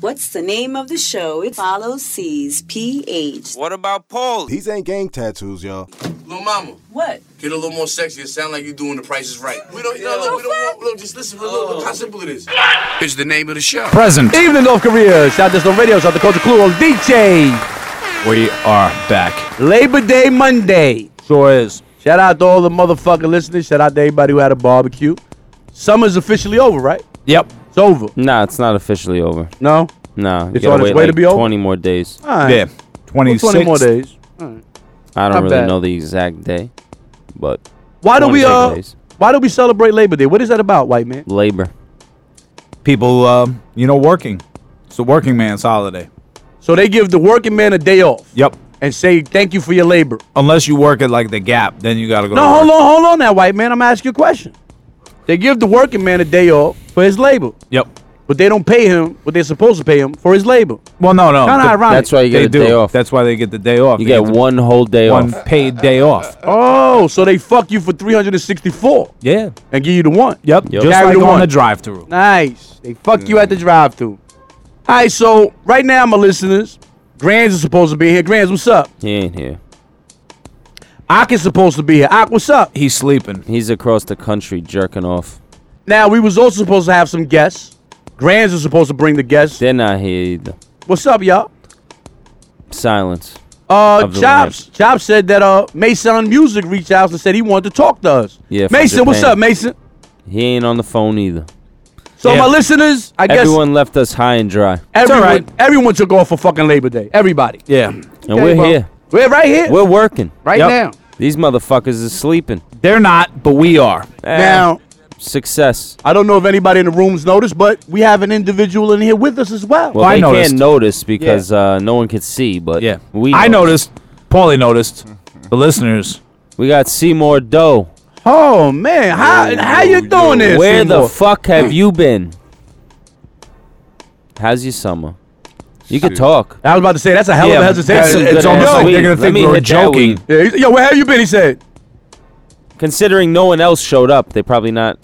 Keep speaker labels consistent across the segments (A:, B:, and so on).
A: What's the name of the show? It follows C's PH.
B: What about Paul?
C: These ain't gang tattoos, y'all.
D: Little mama,
A: What?
D: get a little more sexy. It sound like you doing the prices right. We don't, no, look, we don't want, look, just listen, look, look how simple it is. It's the name of the show.
E: Present.
F: Evening, North Korea. Shout out to the radio. Shout out to Culture Clue on DJ.
E: We are back.
F: Labor Day Monday. Sure is. Shout out to all the motherfucking listeners. Shout out to everybody who had a barbecue. Summer's officially over, right?
G: Yep.
F: It's over.
G: Nah, it's not officially over.
F: No?
G: Nah, you
F: It's
G: gotta
F: on its
G: wait
F: way to
G: like
F: be over?
G: 20 more days.
F: All right.
E: Yeah.
F: Well,
E: 26.
F: 20 more days.
G: I
F: Not
G: don't really
F: bad.
G: know the exact day, but
F: Why do we
G: 26
F: uh
G: days.
F: why do we celebrate Labor Day? What is that about, white man?
G: labor.
E: People, um, you know, working. It's the working man's holiday.
F: So they give the working man a day off
E: Yep.
F: and say thank you for your labor.
E: Unless you work at like the Gap, then you gotta go.
F: No,
E: to work.
F: hold on, hold on now, white man. I'm asking you a question. They give the working man a day off for his labor,
E: Yep.
F: but they don't pay him what they're supposed to pay him for his labor.
E: Well, no, no.
F: Kinda
E: th-
F: ironic.
G: That's why you get
E: They
G: a
E: do.
G: day off.
E: That's why they get the day off.
G: you
E: They
G: get
E: the
G: one whole day
E: one
G: off.
E: paid day off.
F: Oh, so they fuck you for 364
E: Yeah.
F: and give you the one.
E: Yep. Just
F: Carry
E: like
F: the
E: on
F: one.
E: the drive-through.
F: Nice. They fuck you at
G: Mm.
F: the drive thru. All right, so right now, my listeners, Grands is supposed to be here. Grands, what's up?
G: He ain't here.
F: Ak is supposed to be here. Ak, what's up?
E: He's sleeping.
G: He's across the country jerking off.
F: Now, we was also supposed to have some guests. Grands is supposed to bring the guests.
G: They're not here either.
F: What's up, y'all?
G: Silence.
F: Uh,
G: Of the
F: Chops. Chops said that uh Mason Music reached out and said he wanted to talk to us.
G: Yeah, from
F: Mason, what's
G: Japan.
F: up, Mason?
G: He ain't on the phone either.
F: So
E: Yeah.
F: my listeners, I guess
G: Everyone left us high and dry.
E: all
F: everyone,
E: right.
F: everyone took off for fucking Labor Day. Everybody.
E: Yeah.
G: And we're
F: well,
G: here.
F: We're right here,
G: We're working.
F: right
E: Yep.
F: now.
G: These motherfuckers is sleeping.
E: They're not, but we are.
G: Eh,
F: Now,
G: success.
F: I don't know if anybody in the room's noticed, but we have an individual in here with us as well.
G: Well,
E: I
G: they
E: noticed.
G: can't notice because uh, no one could see. But
E: Yeah.
G: we.
E: I noticed. Paulie noticed. The listeners.
G: We got Seymour Doe.
F: Oh man, how how you doing this?
G: Where the
F: Seymour?
G: fuck have you been? How's your summer? You could
C: Shit.
G: talk.
F: I was about to say that's a hell of a
E: Yeah, that's
F: hesitation.
E: a- it's
G: Good
E: almost
G: ass
E: like
G: weed.
E: they're gonna
G: Let
E: think
G: me
E: we were
G: hit that
E: joking.
G: weed.
F: Yeah, he's- yo, where have you been? He said.
G: Considering no one else showed up, they're probably not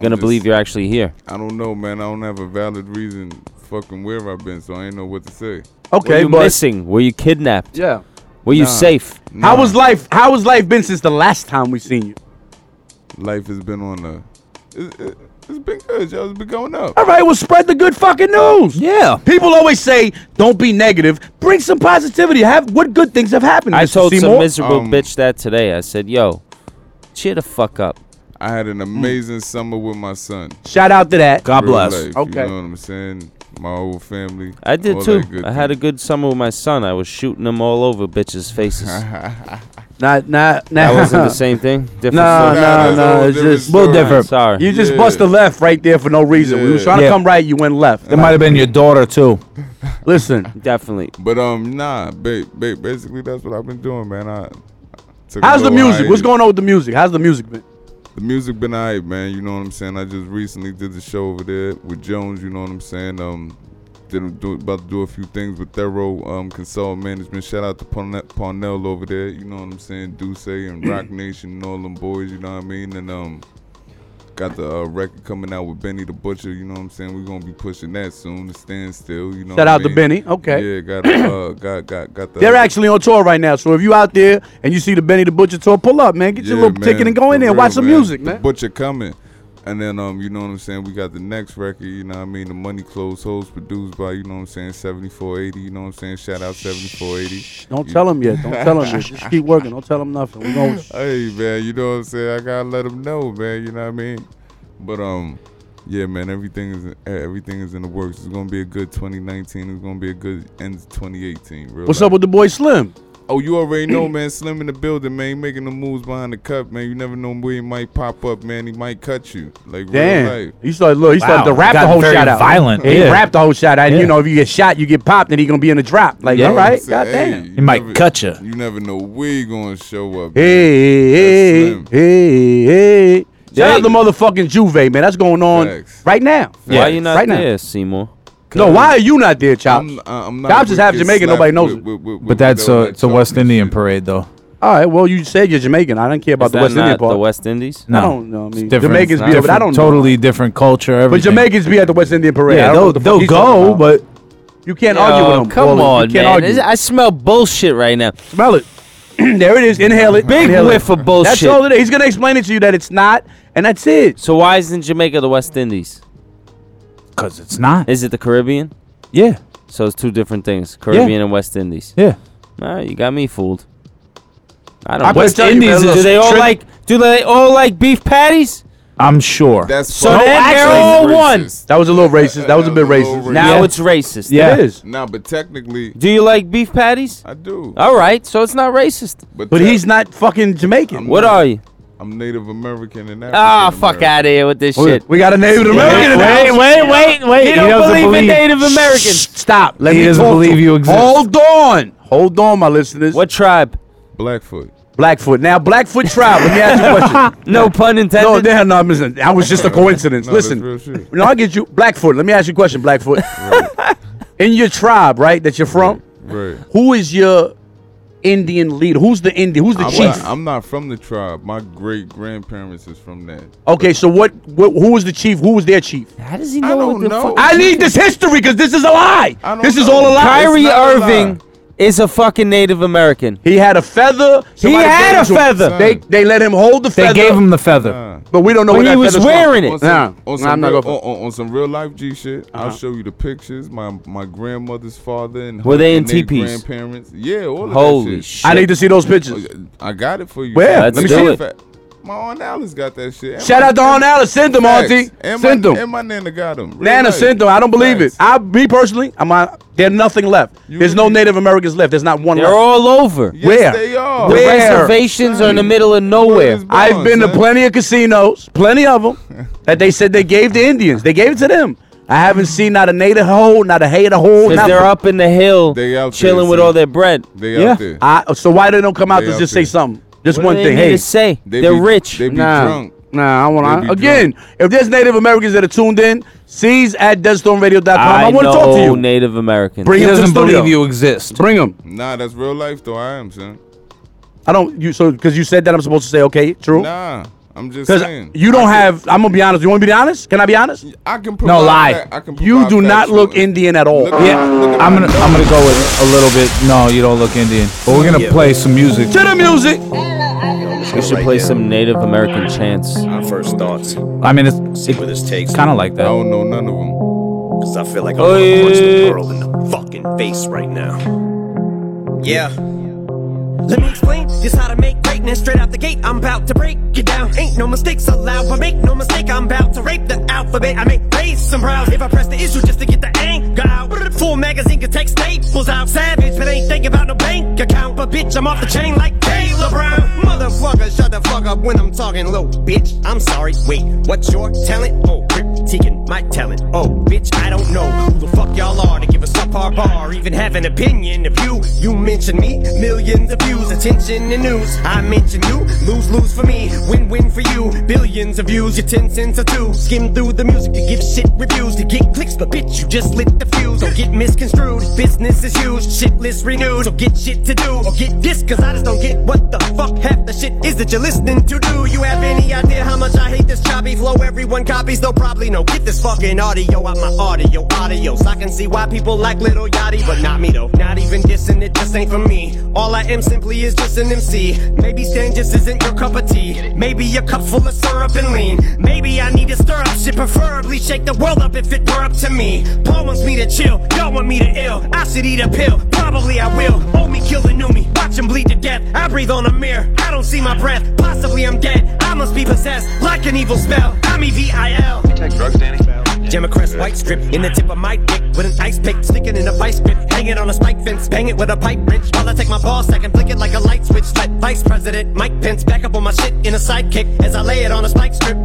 G: gonna
C: just-
G: believe you're actually here.
C: I don't know, man. I don't have a valid reason fucking where I've been, so I ain't know what to say.
G: Were
F: Okay,
G: you
F: but
G: missing? Were you kidnapped?
F: yeah.
G: Were you safe?
F: How was life? How was life been since the last time we seen you?
C: Life has been on a. It, it, it's been good, y'all. It's been going up.
F: All right, well, spread the good fucking news.
E: Yeah.
F: People always say, "Don't be negative. Bring some positivity. Have what good things have happened."
G: I
F: Mr.
G: told some
F: Seymour.
G: miserable
C: Um,
G: bitch that today. I said, "Yo, cheer the fuck up."
C: I had an amazing summer with my son.
F: Mm. Shout out to that.
E: God
C: Real
E: bless.
C: life,
F: Okay.
C: You know what I'm saying? My whole family.
G: I did
C: all
G: too.
C: that good
G: I had a
C: thing.
G: good summer with my son. I was shooting him all over bitches' faces. that
F: Not, not, not.
G: wasn't the same thing. Different
F: No,
G: story.
F: no,
C: Nah, that's a
F: no.
C: whole
F: It's
C: different
F: just a little
C: story.
F: different.
G: Sorry.
F: You just
C: Yeah.
F: bust the left right there for no reason. We was
C: Yeah.
F: trying to
E: Yeah.
F: come right, you went left.
E: It might have been your daughter too.
F: Listen,
G: Definitely.
C: But um, nah, ba- ba- basically that's what I've been doing, man. I. I took a
F: how's the
C: little
F: music? What's
C: hiatus.
F: going on with the music? How's the music been?
C: The music been alright, man. You know what I'm saying. I just recently did the show over there with Jones. You know what I'm saying. Um, did do, about to do a few things with Thorough um Consult Management. Shout out to Parnell, Parnell over there. You know what I'm saying. Duce and Rock Nation and all them boys. You know what I mean. And um, got the uh, record coming out with Benny the Butcher. You know what I'm saying. We're gonna be pushing that soon. The standstill. You know.
F: Shout
C: what I
F: out to
C: mean?
F: Benny. Okay.
C: Yeah, got uh, got got got the.
F: They're actually on tour right now, so if you out there and you see the Benny the Butcher tour, pull up, man. Get your
C: Yeah,
F: little
C: man,
F: ticket and go in
C: for
F: there and watch
C: real,
F: some music,
C: The
F: man.
C: Butcher coming. And then um, you know what I'm saying? We got the next record, you know what I mean? The Money Clothes Hoes produced by, you know what I'm saying, 7480, you know what I'm saying? Shout out 7480.
F: Don't tell him yet. Don't tell him yet. Just keep working. Don't tell him nothing. We going
C: Hey man, you know what I'm saying? I gotta let them know, man, you know what I mean? But um, yeah, man, everything is eh, everything is in the works. It's gonna be a good 2019. It's gonna be a good end of 2018. Real
F: What's
C: life.
F: up with the boy Slim?
C: Oh, you already know, man. Slim in the building, man. He making the moves behind the cup, man. You never know where he might pop up, man. He might cut you, like real
F: Damn.
C: life.
F: He started look, he started to
E: Wow,
F: rap the
E: got
F: whole
E: very
F: shot out.
E: violent.
F: Yeah, He
E: Yeah.
F: rapped the whole shot out. And
E: Yeah.
F: you know, if you get shot, you get popped, then he gonna be in the drop. Like,
E: Yeah.
F: all right,
C: Say, hey,
F: goddamn.
C: you
E: He might
C: never-
E: cut ya.
C: You never know where you gonna show up.
F: Hey, hey,
C: That's Slim.
F: hey, hey. Shout out
G: Hey.
F: the motherfucking Juve, man. That's going on
C: Facts.
F: right now.
G: Why you not
F: right now.
G: there, Seymour?
F: No, why are you not there, Chop?
C: I'm, uh, I'm not.
F: Chops is
C: with
F: half
C: get
F: Jamaican,
C: slapped
F: nobody knows
C: with-
F: it.
C: with- with-
E: But
C: with
E: that's
C: all
E: a
C: that
E: it's a
C: talk
E: West
C: and
E: Indian
C: shit.
E: parade though.
F: All right, well, you said you're Jamaican. I don't care about
G: Is
F: the
G: that
F: West
G: not
F: Indian part.
G: the West Indies?
F: I
E: No.
F: don't know. I mean,
E: Different-
F: Jamaicans be there, but I
E: different-
F: don't know.
E: Totally different culture.
F: But
E: Everything.
F: Jamaicans be at the West Indian parade. I
E: Yeah,
F: don't know
E: they'll,
F: what the fuck
E: they'll
F: he's talking
E: go,
F: about.
E: but
F: You can't
G: Yo,
F: argue with him.
G: Oh, Come
F: Wally.
G: on,
F: you can't
G: man.
F: Argue.
G: This- I smell bullshit right now.
F: Smell it. there it is. Inhale it.
G: Big
F: Inhale
G: whiff
F: it.
G: of bullshit.
F: That's all it is. He's gonna explain it to you that it's not, and that's it.
G: So why isn't Jamaica the West Indies?
E: Cause it's not.
G: Is it the Caribbean?
E: yeah.
G: So it's two different things: Caribbean and West Indies.
E: Yeah.
G: All right, you got me fooled. I
F: I
G: don't. know.
F: couldn't
G: West
F: tell you, man.
G: Indies.
F: Look,
G: do they all
F: Trin-
G: like? Do they all like beef patties?
E: I'm sure.
C: That's
G: So
C: fucking
G: then they're all one.
C: racist.
F: That was a little racist. Oh, That was a bit
C: little
F: racist.
C: racist.
G: Now
E: Yeah.
G: it's racist.
E: Yeah.
F: It is.
C: Nah, but technically,
G: Do you like beef patties?
C: I do.
G: All right, so it's not racist.
F: But
C: tech-
F: he's not fucking Jamaican.
G: What are you?
C: I'm Native American and African.
G: Ah, fuck
C: American.
G: out of here with this
F: We-
G: shit.
F: We got a Native American. in the
E: wait,
F: house.
E: wait, wait, wait.
G: He,
E: He
G: don't
E: doesn't
G: believe, in
E: believe-
G: Native
F: Shh,
G: Americans.
F: Stop. Let
E: He
F: me
E: doesn't
F: talk to
E: believe
F: him.
E: you exist.
F: Hold on. Hold on, my listeners.
G: What tribe?
C: Blackfoot.
F: Blackfoot. Now, Blackfoot tribe. Let me ask you a question.
G: No pun
F: No,
G: intended.
F: no, no, listen. That was just a coincidence.
C: No, that's
F: listen.
C: real shit.
F: No, I get you. Blackfoot. Let me ask you a question, Blackfoot. In your tribe, right, that you're from,
C: Right.
F: who is your Indian leader? Who's the Indian? Who's the
C: I'm
F: chief?
C: not, I'm not from the tribe. My great grandparents is from that.
F: okay, so what, what? Who was the chief? Who was their chief?
G: How does he
C: I
G: know? what
C: don't
G: the
C: know.
G: fuck-
F: I need this history because this is a lie.
C: I don't
F: This is
C: know.
F: all a lie.
C: It's
G: Kyrie
C: not a lie.
G: Irving is a fucking Native American.
F: He had a feather. Somebody
G: had
F: gave
G: a
F: it to him.
G: feather.
F: They they let him hold the
E: They
F: feather.
E: gave him the feather.
C: Nah.
F: but we don't know
G: But
F: what
G: he
F: that
G: was
F: feather's from.
G: wearing it.
C: On some,
F: Nah,
C: on,
F: nah,
C: some
F: I'm not
C: real,
F: going
C: on, on- on some real life G shit. I'll show you the pictures. My my grandmother's father and
G: Uh-huh. Were
C: her-
G: they in
C: and their
G: teepees?
C: Grandparents. Yeah, all of
G: Holy
C: that shit. Oh,
G: shit!
F: I need to see those pictures.
C: I got it for you.
F: Where?
C: Let
F: Let's
C: me
F: do
C: see
G: it.
C: if I- My aunt Alice got that shit. And
F: Shout
C: my-
F: out to Aunt Alice. Send them,
C: Facts.
F: Auntie.
C: And my,
F: Send them.
C: And my nana got them. Real
F: Nana,
C: life.
F: send them. I don't believe it.
C: Facts.
F: I, me personally, I'm on. There's nothing left.
C: You
F: There's no
C: would be-
F: Native Americans left. There's not one
G: They're
F: left.
G: all over.
C: yes,
F: where?
C: they are.
G: The
F: Where?
G: reservations are in the middle of
C: Where
G: nowhere.
C: is
F: I've
C: Bronx,
F: been to
C: son?
F: plenty of casinos, plenty of them, that they said they gave the Indians. They gave it to them. I haven't seen not a native hole, not a hater hole.
G: Because
F: Not
G: they're up in the hill,
C: They out there,
G: chilling with
C: son.
G: all their bread.
C: They
E: Yeah.
C: out there.
F: I, so why they don't come out
C: They
F: to
C: out
F: just
C: there.
F: say something? Just
G: What
F: one
G: do they
F: thing.
G: need
F: Hey,
G: to say
C: They
G: they're
C: be-
G: rich.
C: They be
F: nah,
C: drunk.
F: nah, I want
C: They
F: to.
C: be
F: Again, if there's Native Americans that are tuned in, sees at deathstormradio.com. I,
G: I,
F: want to talk to you.
G: Native Americans.
F: Bring
E: He
F: him to the
E: doesn't
F: studio.
E: believe you exist.
F: Bring him.
C: Nah, that's real life though. I am son.
F: I don't. You so because you said that I'm supposed to say okay, true.
C: Nah, I'm just
F: Because
C: saying.
F: you don't have. I'm gonna be honest. You want to be honest? Can I be honest?
C: I can provide
E: lie.
C: that- I can
F: You
C: provide
F: do
C: that
F: not
C: shit.
F: look Indian at all.
C: Look at-
E: Yeah,
C: look at
E: I'm
C: my
E: gonna
C: nose.
E: I'm gonna go with a little bit. No, you don't look Indian. But we're gonna play some music.
F: To the music.
G: We should play some Native American chants.
B: First thoughts.
E: I mean, it's
B: Where this takes
E: kind of like
C: I
E: that.
C: don't know none of them.
B: Cause I feel like I'm
G: Oh,
B: gonna punch
G: yeah.
B: the girl in the fucking face right now. Yeah. Let me explain this how to make greatness straight out the gate. I'm about to break it down. Ain't no mistakes allowed, but make no mistake, I'm about to rape the alphabet. I may raise some brows if I press the issue just to get the anger out. Full magazine could take staples out. Savage, but ain't thinking about no bank account. But bitch, I'm off the chain like Taylor Brown. Motherfucker, shut the fuck up when I'm talking low, bitch. I'm sorry. Wait, what's your talent? Oh, critiquing my talent. Oh, bitch, I don't know who the fuck y'all are to give a subpar bar. Even have an opinion of you. You mention me, millions of views, attention and news. I mention you, lose lose for me, win win for you. Billions of views, your ten cents or two. Skim through the music to give shit reviews to get clicks, but bitch, you just lit the fuse. Don't get misconstrued. Business is huge, shit list renewed. So get shit to do, or get this, cause I just don't get what the fuck half the shit is that you're listening to do. You have any idea how much I hate this choppy flow? Everyone copies, though probably no. Get this fucking audio out my audio, audio. So I can see why people like Little Yachty, but not me though. Not even dissing, it just ain't for me. All I am simply is just an MC. Maybe Stan just isn't your cup of tea. Maybe your cup's full of syrup and lean. Maybe I need to stir up shit, preferably shake the world up if it were up to me. Paul wants me to chill, y'all want me to ill. I should eat a pill, probably I will. Old me killing new me, watch him bleed to death. I breathe on a mirror, I don't see my breath. Possibly I'm dead, I must be possessed like an evil spell. I'm E E-V-I-L. Democrats white strip in the tip of my dick with an ice pick sticking in a vice grip, hanging on a spike fence, bang it with a pipe wrench while I take my ball sack and flick it like a light switch. Let Vice President Mike Pence back up on my shit in a sidekick as I lay it on a spike strip.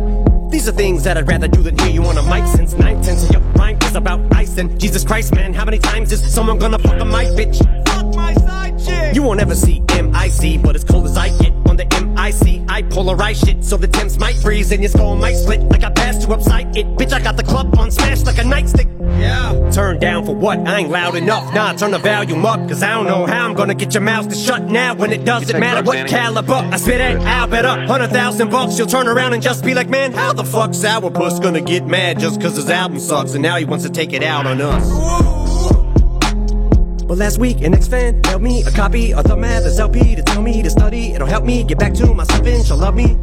B: These are things that I'd rather do than hear you on a mic since 910 and your mind is about ice and Jesus Christ, man, how many times is someone gonna fuck a mic, bitch? Fuck my side chick. You won't ever see M.I.C., but as cold as I get on the M.I.C., I polarize shit so the temps might freeze and your skull might split like I passed you upside it. Bitch, I got the club on smash like a nightstick. Yeah. Turn down for what? I ain't loud enough. Nah, turn the volume up, cause I don't know how I'm gonna get your mouth to shut now when it doesn't matter what caliber. I spit it, I'll bet up. Hundred thousand bucks, you'll turn around and just be like, man, how the fuck Sourpuss gonna get mad just cause his album sucks and now he wants to take it out on us? last week and X-Fan mailed me a copy of the math as LP to tell me to study. It'll help me get back to myself and she'll love me.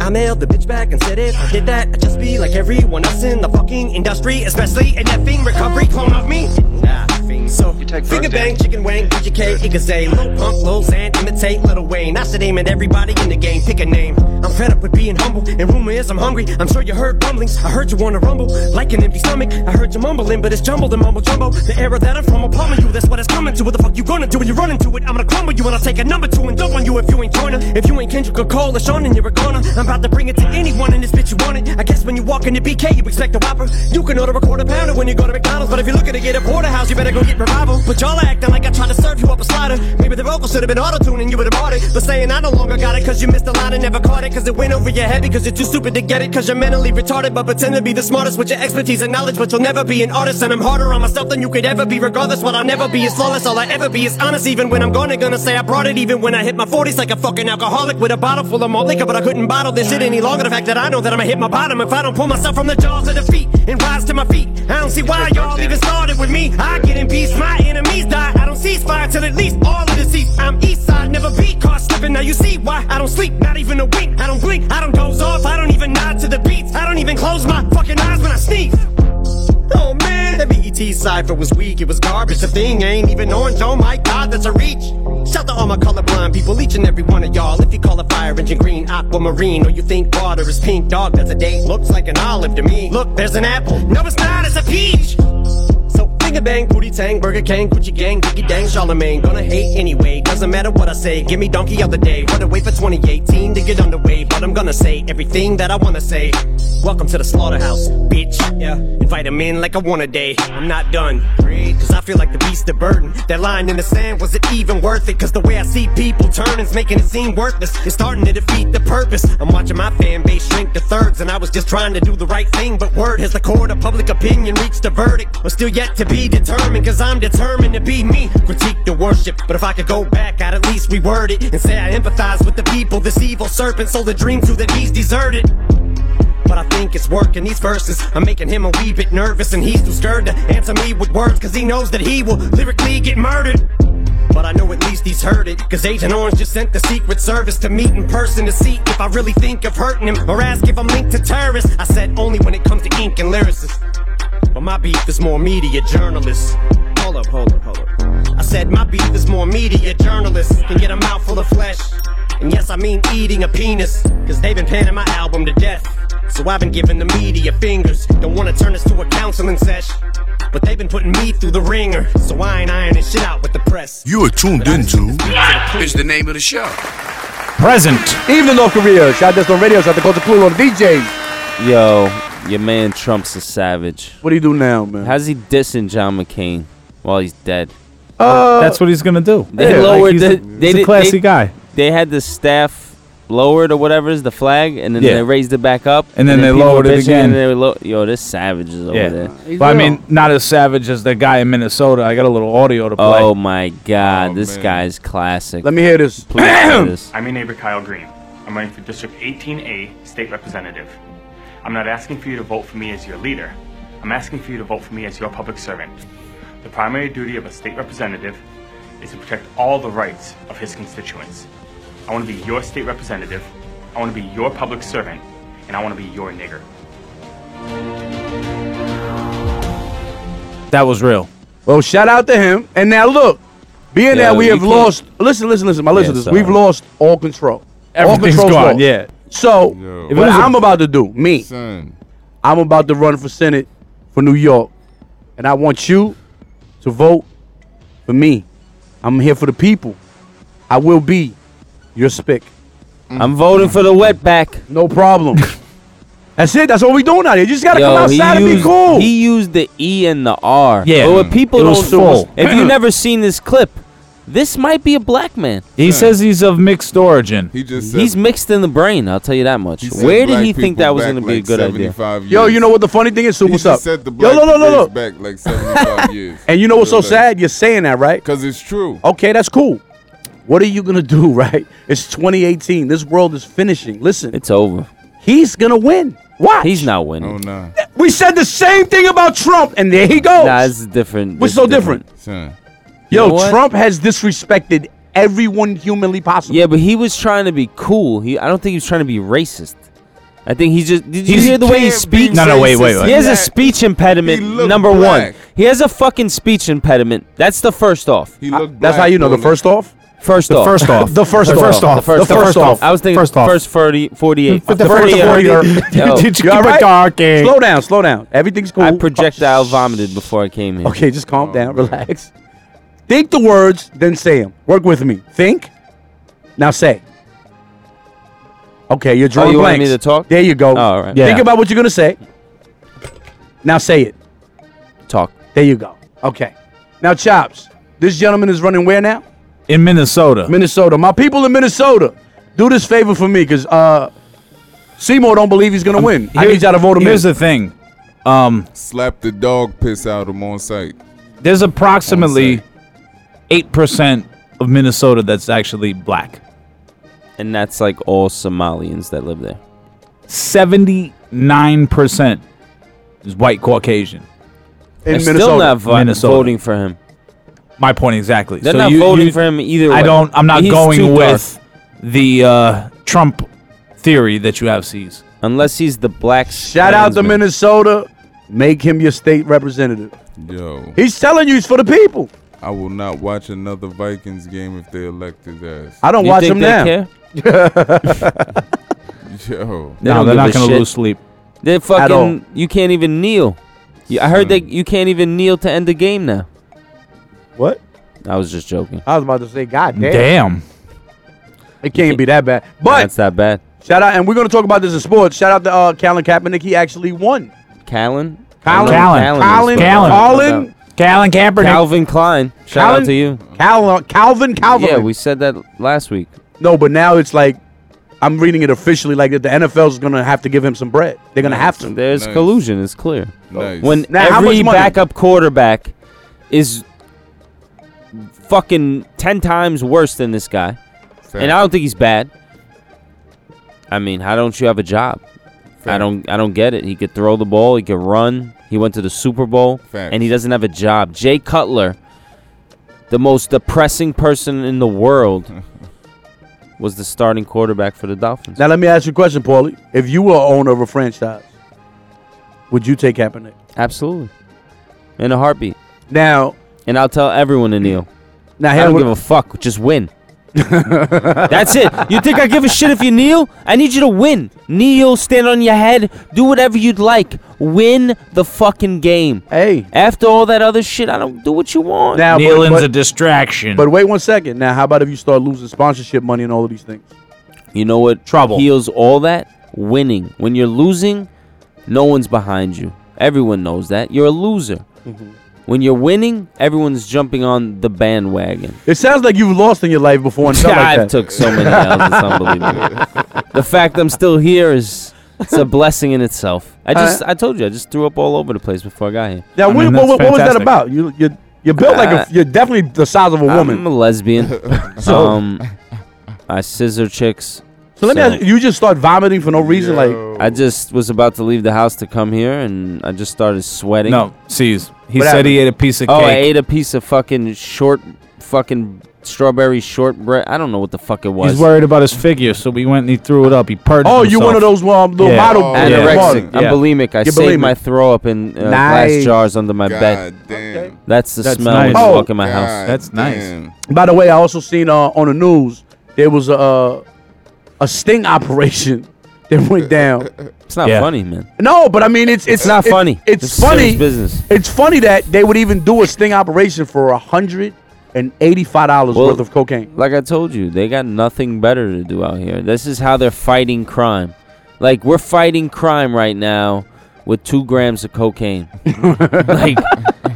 B: I mailed the bitch back and said if I did that, I'd just be like everyone else in the fucking industry, especially an effing recovery clone of me. Nah, fiend. So, finger bang, chicken wang, BGK, Igazay, Lil Pump, Lil Xan, imitate Little Wayne. I should aim at everybody in the game, pick a name. I'm fed up with being humble, and rumor is I'm hungry. I'm sure you heard rumblings, I heard you wanna rumble, like an empty stomach. I heard you mumbling, but it's jumbled and mumble jumbo. The era that I'm from, I'm palming you, that's what it's coming to. What the fuck you gonna do when you run into it? I'm gonna crumble you, and I'll take a number two and dump on you if you ain't joiner. If you ain't Kendrick or Cole or Sean, and you're a goner. I'm about to bring it to anyone in this bitch you want it. I guess when you walk into BK, you expect a whopper. You can order a quarter pounder when you go to McDonald's, but if you're looking to get a porterhouse, you better go get revival. But y'all are acting like I tried to serve you up a slider. Maybe the vocal should have been auto tuned and you would have bought it. But saying I no longer got it because you missed the line and never caught it because it went over your head because you're too stupid to get it because you're mentally retarded. But pretend to be the smartest with your expertise and knowledge, but you'll never be an artist. And I'm harder on myself than you could ever be. Regardless, what I'll never be is flawless. All I ever be is honest. Even when I'm gone, they're gonna say I brought it. Even when I hit my 40s, like a fucking alcoholic with a bottle full of malt liquor, but I couldn't bottle this shit any longer. The fact that I know that I'ma hit my bottom if I don't pull myself from the jaws of defeat and rise to my feet. I don't see why y'all even started with me. I get in peace, my enemies die. I don't cease fire till at least all of the seats. I'm east side, never be caught slipping. Now you see why I don't sleep, not even a wink. I don't blink, I don't doze off, I don't even nod to the beats. I don't even close my fucking eyes when I sneeze. Oh man, that BET cipher was weak, it was garbage. The thing ain't even orange, oh my god, that's a reach. Shout to all my colorblind people, each and every one of y'all. If you call a fire engine green, aquamarine, or you think water is pink, dog, that's a date. Looks like an olive to me. Look, there's an apple. No, it's not, it's a peach. So finger bang, booty tang, Burger King, Gucci gang, Biggie dang, Charlemagne. Gonna hate anyway, doesn't matter what I say. Give me donkey of the day. Wanna wait for 2018 to get underway, but I'm gonna say everything that I wanna say. Welcome to the slaughterhouse, bitch. Yeah, invite 'em in like I want a day. I'm not done. Cause I feel like the beast of burden. That line in the sand, was it even worth it? Cause the way I see people turn is making it seem worthless. It's starting to defeat the purpose. I'm watching my fan base shrink to thirds, and I was just trying to do the right thing. But word has the court of public opinion reached a verdict. We're still yet to be determined, cause I'm determined to be me. Critique the worship, but if I could go back, I'd at least reword it and say I empathize with the people. This evil serpent sold a dream to that he's deserted. But I think it's working these verses. I'm making him a wee bit nervous, and he's too scared to answer me with words, cause he knows that he will lyrically get murdered. But I know at least he's heard it, cause Agent Orange just sent the Secret Service to meet in person to see if I really think of hurting him or ask if I'm linked to terrorists. I said only when it comes to ink and lyricists. But my beef is more media journalists. Hold up, hold up, hold up. I said my beef is more media journalists can get a mouthful of flesh. And yes, I mean eating a penis, cause they've been panning my album to death. So I've been giving the media fingers. Don't wanna turn this to a counseling sesh. But they've been putting me through the ringer. So I ain't ironing shit out with the press.
H: You are tuned into
D: It's the name of the show.
G: Present.
F: Evening, North Korea. Shout out to on radio. Shout out to Culture Clue on the DJs.
G: Yo, your man Trump's a savage.
F: What do you do now, man?
G: How's he dissing John McCain while he's dead?
F: Uh,
E: That's what he's gonna do.
G: They lowered
E: he's a-
G: the-
E: he's
G: they
E: a
G: did-
E: classy
G: they-
E: guy.
G: They had the staff lowered or whatever is the flag, and then
E: Yeah.
G: they raised it back up,
E: And then they
G: people were
E: lowered it
G: bitching, and
E: again.
G: they were lo- Yo, this savage is over
E: Yeah.
G: there.
E: But I mean, not as savage as the guy in Minnesota. I got a little audio to play.
G: Oh my God,
C: Oh,
G: this
C: man.
G: guy's classic.
F: let me hear this.
G: Please do this.
I: I'm your neighbor Kyle Green. I'm running for District 18A State Representative. I'm not asking for you to vote for me as your leader. I'm asking for you to vote for me as your public servant. The primary duty of a state representative is to protect all the rights of his constituents. I want to be your state representative. I want to be your public servant. And I want to be your nigger.
E: That was real.
F: Well, shout out to him. And now look, being
G: Yeah,
F: that we
G: you
F: have
G: can't-
F: lost, listen, listen, listen, my listeners,
G: sorry.
F: we've lost all control. All
E: Everything's
F: control's
E: gone.
F: lost.
E: Yeah.
F: So
C: Yo.
E: If it
F: what
E: was a-
F: I'm about to do, me,
C: Son.
F: I'm about to run for Senate for New York, and I want you to vote for me. I'm here for the people. I will be your spick.
G: I'm voting for the wetback.
F: No problem. That's it. That's all we doing out here. You just gotta come
G: Yo, he
F: outside and be
G: used,
F: cool.
G: he used the E and the R.
E: Yeah. Mm.
G: But what people
E: It
G: don't
E: was full.
G: if you never seen this clip, this might be a black man.
E: He says he's of mixed origin.
C: He just said
G: He's mixed in the brain, I'll tell you that much.
C: he said
G: Where did
C: black
G: he think
C: people
G: that was
C: back
G: going to be a
C: like
G: good idea?
C: 75 Years.
F: Yo, you know what the funny thing is? So
C: He
F: what's
C: just
F: up?
C: said the
F: Yo,
C: black
F: no, no, no, no.
C: race back like 75 years.
F: And you know what's so
C: Really.
F: sad? You're saying that, right?
C: Cause it's true.
F: Okay, that's cool. What are you gonna do, right? It's 2018. This world is finishing. Listen,
G: It's over.
F: he's gonna win. Watch.
G: He's not winning.
C: Oh nah,
F: We said the same thing about Trump, and there he goes.
G: Nah, it's different.
F: What's
G: it's
F: so different?
C: son.
G: You know
F: Yo,
G: what?
F: Trump has disrespected everyone humanly possible.
G: Yeah, but he was trying to be cool. He, I don't think he was trying to be racist. I think he just. Did you
E: He
G: hear the way he
E: can't be
G: speaks?
E: No, no, wait, wait,
C: racist.
E: wait.
G: He has a
C: Black.
G: speech impediment.
C: He looked
G: Number
C: black.
G: one, he has a fucking speech impediment. That's the first off.
C: He looked.
F: That's
C: black,
F: how you know the
C: Paulie.
F: first off.
G: First
E: The
G: off,
E: first off.
F: The first
E: the
F: off.
E: first off.
F: The first- the first off.
G: I was thinking
E: first off.
G: first 30, 48.
E: the first
G: 48.
E: 48.
G: Yo,
E: Did you
F: You all
E: keep
F: right?
E: it talking?
F: Slow down, slow down. Everything's cool.
G: I projectile vomited before I came here.
F: Okay, just calm
C: Oh,
F: down,
C: man.
F: relax. Think the words, then say them. Work with me. Think. Now say. Okay, you're drawing
G: Oh, you wanted
F: blanks.
G: me to talk?
F: There you go.
G: Oh, all right.
E: Yeah.
F: Think about what you're gonna say. Now say it.
G: Talk.
F: There you go. Okay. Now, Chops, this gentleman is running where now?
E: In Minnesota.
F: Minnesota. My people in Minnesota, do this favor for me, cause uh, Seymour don't believe he's gonna win. I need y'all to vote him in.
E: Here's the thing. Um,
C: Slapped the dog piss out of him on sight.
E: there's approximately eight percent of Minnesota that's actually black.
G: And that's like all Somalians that live there.
E: Seventy-nine percent is white Caucasian.
F: in
G: They're still not vo-
E: Minnesota.
G: voting for him.
E: My point exactly.
G: They're
E: So
G: not
E: you-
G: voting
E: you-
G: for him either.
E: I
G: way.
E: don't. I'm not
G: He's too
E: going
G: dark.
E: with the uh, Trump theory that you have sees.
G: unless he's the black.
F: Shout out to
G: Klansman.
F: Minnesota. Make him your state representative.
C: Yo,
F: He's telling you he's for the people.
C: I will not watch another Vikings game if they elect his ass.
F: I don't
G: You
F: watch
G: think
F: him
G: they
F: now.
G: care?
C: Yo,
G: They
E: no,
G: don't
E: they're
G: give
E: not
G: a
E: gonna
G: shit.
E: lose sleep.
G: They
F: all.
G: fucking. You can't even kneel. You- I heard that you can't even kneel to end the game now.
F: What?
G: I was just joking.
F: I was about to say, God damn,
E: Damn.
F: it can't be that bad. But
G: that's that bad.
F: shout out, and we're gonna talk about this in sports. Shout out to uh, Colin Kaepernick. He actually won.
G: Callan.
F: Colin.
E: Callan.
F: Colin.
G: Callan.
E: Callan.
F: Colin.
E: Calvin Kaepernick.
G: Calvin Klein. Shout
F: Callan-
G: out to you.
F: Calvin. uh, Calvin. Calvin.
G: Yeah, we said that last week.
F: No, but now it's like I'm reading it officially like that the NFL is gonna have to give him some bread. They're gonna have to.
G: There's
C: Nice.
G: collusion. It's clear.
C: nice.
G: When
F: Now, how
G: every
F: much money?
G: backup quarterback is fucking ten times worse than this guy, and I don't think he's bad. I mean, how don't you have a job? I don't. I don't get it. He could throw the ball. He could run. He went to the Super Bowl,
C: Facts.
G: and he doesn't have a job. Jay Cutler, the most depressing person in the world, was the starting quarterback for the Dolphins.
F: Now let me ask you a question, Paulie. If you were owner of a franchise, would you take Kaepernick?
G: Absolutely, in a heartbeat.
F: Now,
G: And I'll tell everyone to kneel.
F: now
G: I
F: here
G: don't
F: we-
G: give a fuck. Just win. That's it. You think I give a shit if you kneel? I need you to win. Kneel, stand on your head, do whatever you'd like. Win the fucking game.
F: hey.
G: After all that other shit, I don't do what you want.
F: Now, but,
E: Kneeling's a
F: but,
E: distraction.
F: but wait one second. Now, how about if you start losing sponsorship money and all of these things?
G: you know what
E: Trouble.
G: heals all that? Winning. When you're losing, no one's behind you. Everyone knows that. You're a loser.
E: Mm-hmm.
G: When you're winning, everyone's jumping on the bandwagon.
F: It sounds like you've lost in your life before and felt like that.
G: I've took so many L's. It's unbelievable. the fact I'm still here is it's a blessing in itself. I just I told you I just threw up all over the place before I got here.
F: now,
E: I
F: what,
E: mean,
F: what,
E: that's
F: what, was that
E: fantastic.
F: about? You you you're built like a
G: Uh,
F: you're definitely the size of a woman.
G: I'm a lesbian. um, I scissor chicks.
F: so let me ask you, you just start vomiting for no reason, like
G: I just was about to leave the house to come here, and I just started sweating.
E: no, sees. He
F: What
E: said
F: happened?
E: he ate a piece of
G: Oh, I
E: cake.
G: ate a piece of fucking short, fucking strawberry shortbread. I don't know what the fuck it was.
E: He's worried about his figure, so we went and he threw it up. He purged.
F: oh, you one of those um, little
E: Yeah.
F: model
C: Oh,
F: model-
C: yeah.
G: Anorexic.
E: Yeah.
G: I'm bulimic. I
F: You're
G: saved
F: bulimic.
G: my throw up in
F: Nice.
G: uh, glass jars under my
C: God
G: bed.
C: damn.
G: That's the
E: That's
G: smell
E: nice.
G: when you
F: Oh,
G: walk in my house.
C: God
E: That's nice.
C: damn.
F: By the way, I also seen uh, on the news there was a uh, a sting operation that went down.
G: It's not
E: Yeah.
G: funny, man.
F: No, but I mean it's it's
G: It's not
F: it-
G: funny.
F: It's,
G: This is serious
F: funny.
G: business.
F: It's funny that they would even do a sting operation for a hundred and eighty-five dollars
G: Well-
F: worth of cocaine.
G: Like I told you, they got nothing better to do out here. This is how they're fighting crime. Like we're fighting crime right now with two grams of cocaine. like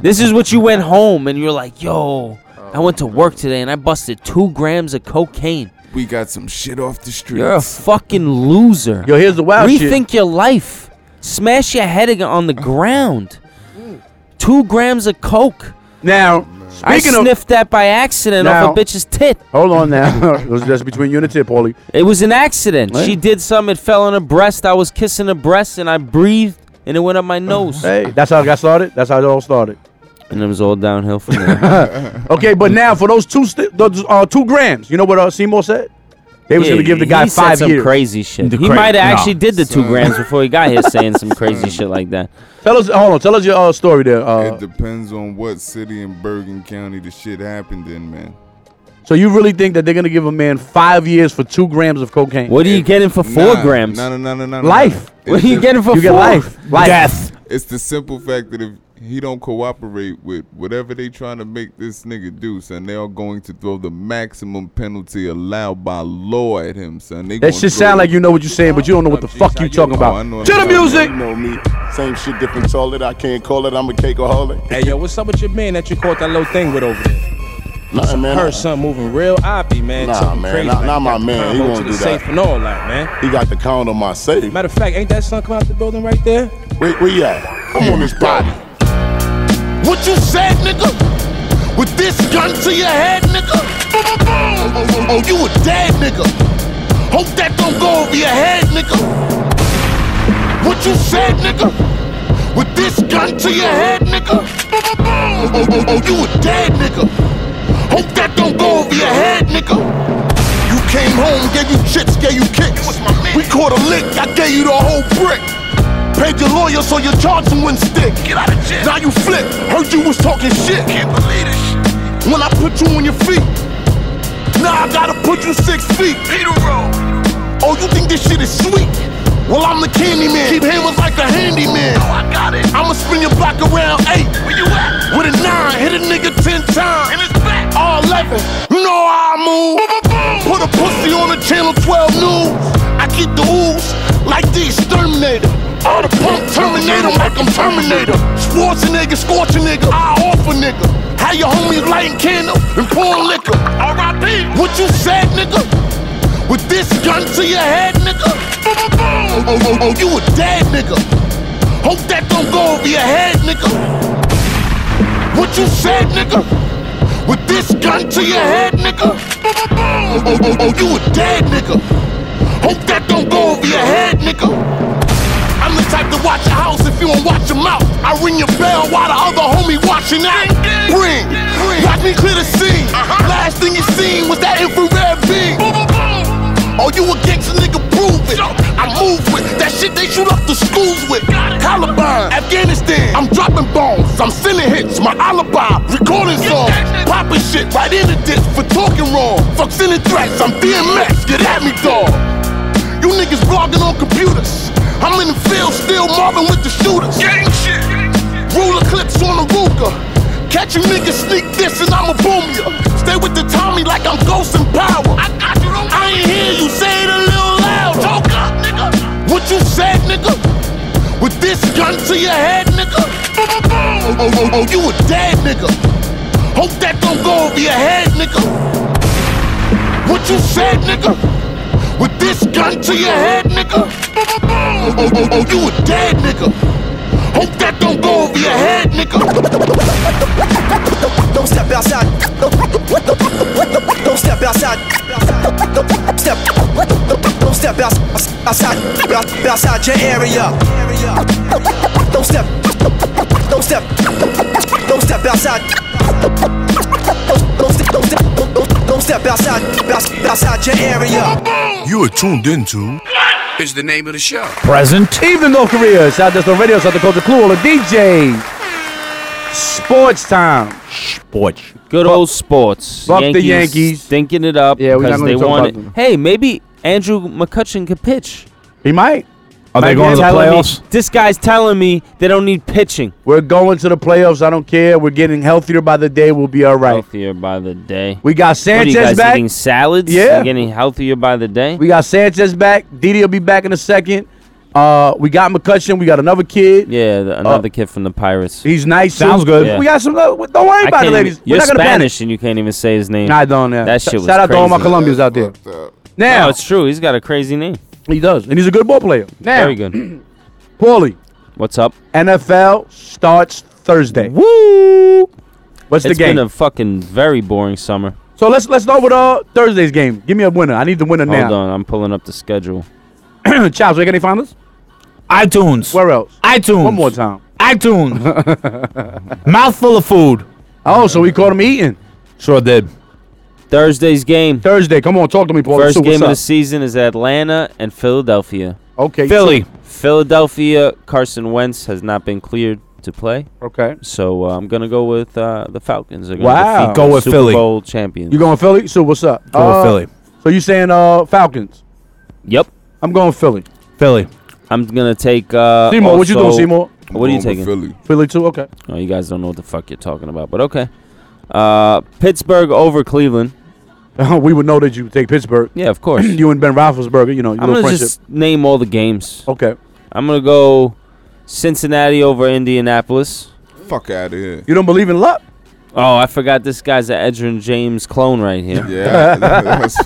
G: this is what you went home and you're like, yo, I went to work today and I busted two grams of cocaine.
C: We got some shit off the streets.
G: You're a fucking loser.
F: Yo, here's the wild shit.
G: Rethink your life. Smash your head ag- on the ground. Two grams of coke.
F: Now, Speaking
G: I
F: of,
G: sniffed that by accident
F: Now-
G: off a bitch's tit.
F: hold on now. That's between you and the tip, Paulie.
G: It was an accident.
F: Right.
G: She did something. It fell on her breast. I was kissing her breast, and I breathed, and it went up my nose,
F: Uh-huh. Hey, that's how it got started. That's how it all started.
G: and it was all downhill from there.
F: Okay, but now for those two sti- those uh, two grams, you know what uh, Seymour said? They was
G: Yeah,
F: gonna give the guy
G: he said
F: five
G: some
F: years.
G: crazy shit.
E: The
G: he
E: cra-
G: might have
E: nah.
G: actually did the two grams before he got here, saying some crazy shit like that.
F: tell us, hold on, tell us your uh, story there. Uh,
C: It depends on what city in Bergen County the shit happened in, man.
F: so you really think that they're gonna give a man five years for two grams of cocaine?
G: What are you getting for four
C: Nah,
G: grams?
C: No, no, no, no, no. no.
F: Life.
C: It's
G: What are you
C: just-
G: getting for
F: You
G: four?
F: get life, life.
E: Death.
C: It's the simple fact that if he don't cooperate with whatever they trying to make this nigga do, son, they are going to throw the maximum penalty allowed by law at him, son. They
F: That shit sound like you know what you're saying, but you don't know what the fuck you talking
C: Oh, I
F: about.
C: know what
F: To the
C: I'm
F: music.
H: You know me. Same shit, different toilet. I can't call it. I'm a cakeaholic.
J: Hey yo, what's up with your man that you caught that little thing with over there?
H: Nothing, man.
J: Heard something moving real oppy, man.
H: Nah,
J: Something
H: man,
J: crazy,
H: not-
J: like
H: not my
J: got the
H: man. He
J: combo
H: won't
J: to the
H: do that.
J: safe and all that, man.
H: He got the count on my safe.
J: Matter of fact, ain't that son coming out the building right there?
H: Where, where you at? I'm on his body. What you said, nigga? With this gun to your head, nigga? Boom, boom, boom. Oh, oh, oh, you a dead nigga. Hope that don't go over your head, nigga. What you said, nigga? With this gun to your head, nigga? Boom, boom, boom. Oh, oh, oh, you a dead nigga. Hope that don't go over your head, nigga. You came home, gave you chits, gave you kicks. We caught a lick, I gave you the whole brick. Paid your lawyer so your charges wouldn't stick. Get out of jail. Now you flip, heard you was talking shit. Can't believe this shit. When I put you on your feet, now I gotta put you six feet. Peter Roll. Oh, you think this shit is sweet? Well, I'm the candy man. Keep hammers like a handyman. Oh, I got it. I'ma spin your block around eight. Where you at? With a nine, hit a nigga ten times. And it's back. All eleven. You know how I move. Boom, boom, boom. Put a pussy on the channel 12 news. I keep the ooze like the exterminator. All the pump terminate 'em like I'm Terminator. Schwarzenegger, scorch a nigga. I offer nigga. How your homies lighting candle and pouring liquor. R.I.P. What you said, nigga? With this gun to your head, nigga. Boom, boom, boom. Oh, oh, oh, you a dead nigga. Hope that don't go over your head, nigga. What you said, nigga? With this gun to your head, nigga. Boom, boom, boom. Oh, oh, oh, you a dead nigga. Hope that don't go over your head, nigga. I'm the type to watch your house if you don't watch your mouth. I ring your bell while the other homie watching out. Ring, ring. Uh-huh. Watch me clear the scene. Last thing you seen was that infrared beam. Oh, you a gangster nigga, prove it. I move with that shit they shoot up the schools with. Taliban, Afghanistan. I'm dropping bombs, I'm sending hits. My alibi, recording songs. Popping shit right in the ditch for talking wrong. Fuck sending threats, I'm DMX. Get at me, dog. You niggas blogging on computers. I'm in the field still mobbing with the shooters. Gang shit. Ruler clips on the Ruger. Catch you niggas sneak this and I'ma boom ya. Stay with the Tommy like I'm Ghost in Power. I got you. I ain't hear you say it a little loud. Talk up, nigga. What you said, nigga? With this gun to your head, nigga. Boom, boom, boom. Oh, oh, oh, oh, you a dead nigga. Hope that don't go over your head, nigga. What you said, nigga? With this gun to your head, nigga? Boom, boom, boom. Oh, oh, oh, you a dead nigga. Hope that don't go over your head, nigga.
B: Don't step outside. Don't- Don't step outside. Don't Step. Don't step outs- outside. out- Outside your area. Don't step. Don't step. Don't step outside. Don't- Don't step. Don't step. don't- don't- Don't step outside. outs- Outside your area.
H: You are tuned into.
D: It's the name of the show.
E: Present.
F: Evening, North Korea. South Destin Radio, South Dakota Clue, all the DJs. Sports time.
E: Sports.
G: Good old sports.
F: fuck the Yankees.
G: Stinking it up.
F: Yeah, we're not
G: 'cause
F: gonna
G: they
F: talk
G: want
F: about
G: it.
F: them.
G: Hey, maybe Andrew McCutcheon could pitch.
F: He might.
E: Are they
F: Might
E: going
F: be
E: to the
F: telling me-
E: playoffs?
G: This guy's telling me they don't need pitching.
F: We're going to the playoffs. I don't care. We're getting healthier by the day. We'll be all right.
G: Healthier by the day.
F: We got
G: What are you
F: Sanchez
G: guys
F: back.
G: eating salads?
F: Yeah.
G: You're getting healthier by the day.
F: We got Sanchez back. Didi will be back in a second. Uh, we got McCutcheon. We got another kid. Uh,
G: yeah, the, another kid from the Pirates.
F: He's nice.
E: Sounds
F: too.
E: good.
G: Yeah.
F: We got some. Don't worry
G: I
F: about it,
G: can't even-
F: ladies. We're
G: You're
F: not gonna
G: Spanish and you can't even say his name.
F: panic. Nah, I don't. Yeah.
G: That
F: Sh-
G: shit was
F: Shout out to all my
G: crazy.
F: Colombians out there.
G: no,
F: Now
G: it's true. He's got a crazy name.
F: he does, and he's a good ball player. Now,
G: Very good.
F: Paulie,
G: What's up?
F: NFL starts Thursday.
G: Woo!
F: What's the
G: It's
F: game?
G: been a fucking very boring summer.
F: so let's let's start with uh Thursday's game. Give me a winner. I need the winner
G: Hold
F: now.
G: on, I'm pulling up the schedule.
F: Chops, we got any finals?
E: iTunes.
F: Where else?
E: iTunes.
F: One more time.
E: iTunes. Mouthful of food.
F: Oh, so we caught him eating.
E: Sure did.
G: Thursday's game.
F: Thursday. Come on, talk to me, Paul. Let's
G: First
F: see what's
G: game of
F: up.
G: the season is Atlanta and Philadelphia.
F: Okay.
E: Philly.
G: Philadelphia, Carson Wentz has not been cleared to play.
F: Okay.
G: So uh, I'm gonna go with uh, the Falcons. They're gonna
F: Wow.
G: defeat
E: Go
G: the
E: with
G: Super
E: Philly.
G: Bowl champions.
F: You going Philly? So what's up?
E: Go with
F: Uh,
E: Philly.
F: So you saying uh Falcons?
G: Yep.
F: I'm going Philly.
E: Philly.
G: I'm gonna take. Uh,
F: Seymour, what you doing,
G: also-
F: Seymour?
G: What are you
C: Going
G: taking?
C: with Philly.
F: Philly too. Okay.
G: Oh, you guys don't know what the fuck you're talking about, but okay. Uh, Pittsburgh over Cleveland.
F: we would know that you would take Pittsburgh.
G: Yeah, of course.
F: you and Ben Roethlisberger, you know, your
G: I'm
F: little
G: gonna
F: friendship.
G: just name all the games.
F: Okay.
G: I'm gonna go Cincinnati over Indianapolis.
C: Fuck out of here.
F: You don't believe in luck?
G: Oh, I forgot this guy's an Edrin James clone right here.
C: Yeah. that's-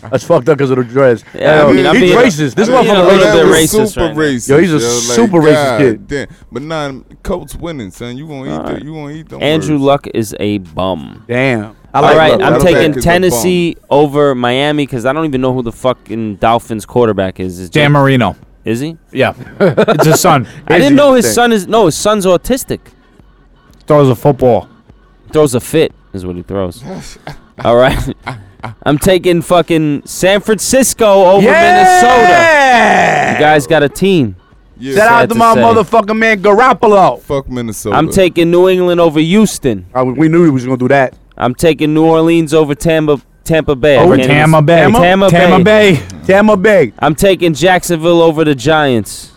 F: That's fucked up because of the dress.
G: Yeah,
F: Yo,
G: I mean, I'm
F: he's
G: being-
F: racist. This
G: I'm being
F: motherfucker
G: a little
F: racist.
G: bit racist right
C: was Super
G: now.
C: racist.
F: Yo, he's a
C: like,
F: super racist
C: God
F: kid.
C: Damn. But nah, Colts winning, son. You gonna eat?
G: All right.
C: The, you gonna eat them?
G: Andrew
C: words.
G: Luck is a bum.
F: Damn. I
G: All
F: like
G: right,
F: Luck.
C: Luck
G: I'm
C: is a
G: taking
C: bum.
G: Tennessee over Miami because I don't even know who the fucking Dolphins quarterback is. Is,
E: Dan Marino.
G: is he?
E: Yeah. it's his son.
G: I didn't
F: he,
G: know
F: you
G: his
F: think?
G: son is. No, his son's autistic.
E: Throws a football.
G: Throws a fit is what he throws. All right, I'm taking fucking San Francisco over Minnesota. You guys got a team.
C: Yeah,
F: Shout
G: sad
F: out to
G: to
F: my
G: say.
F: motherfucking man Garoppolo.
C: fuck Minnesota.
G: I'm taking New England over Houston.
F: Uh, we- we knew he was gonna do that. Oh,
G: I'm taking New Orleans over Tampa Tampa Bay. I
E: Over
G: can't even-
E: Tampa Bay.
G: Tampa,
E: Tampa Bay.
F: Tampa Bay.
G: I'm taking Jacksonville over the Giants.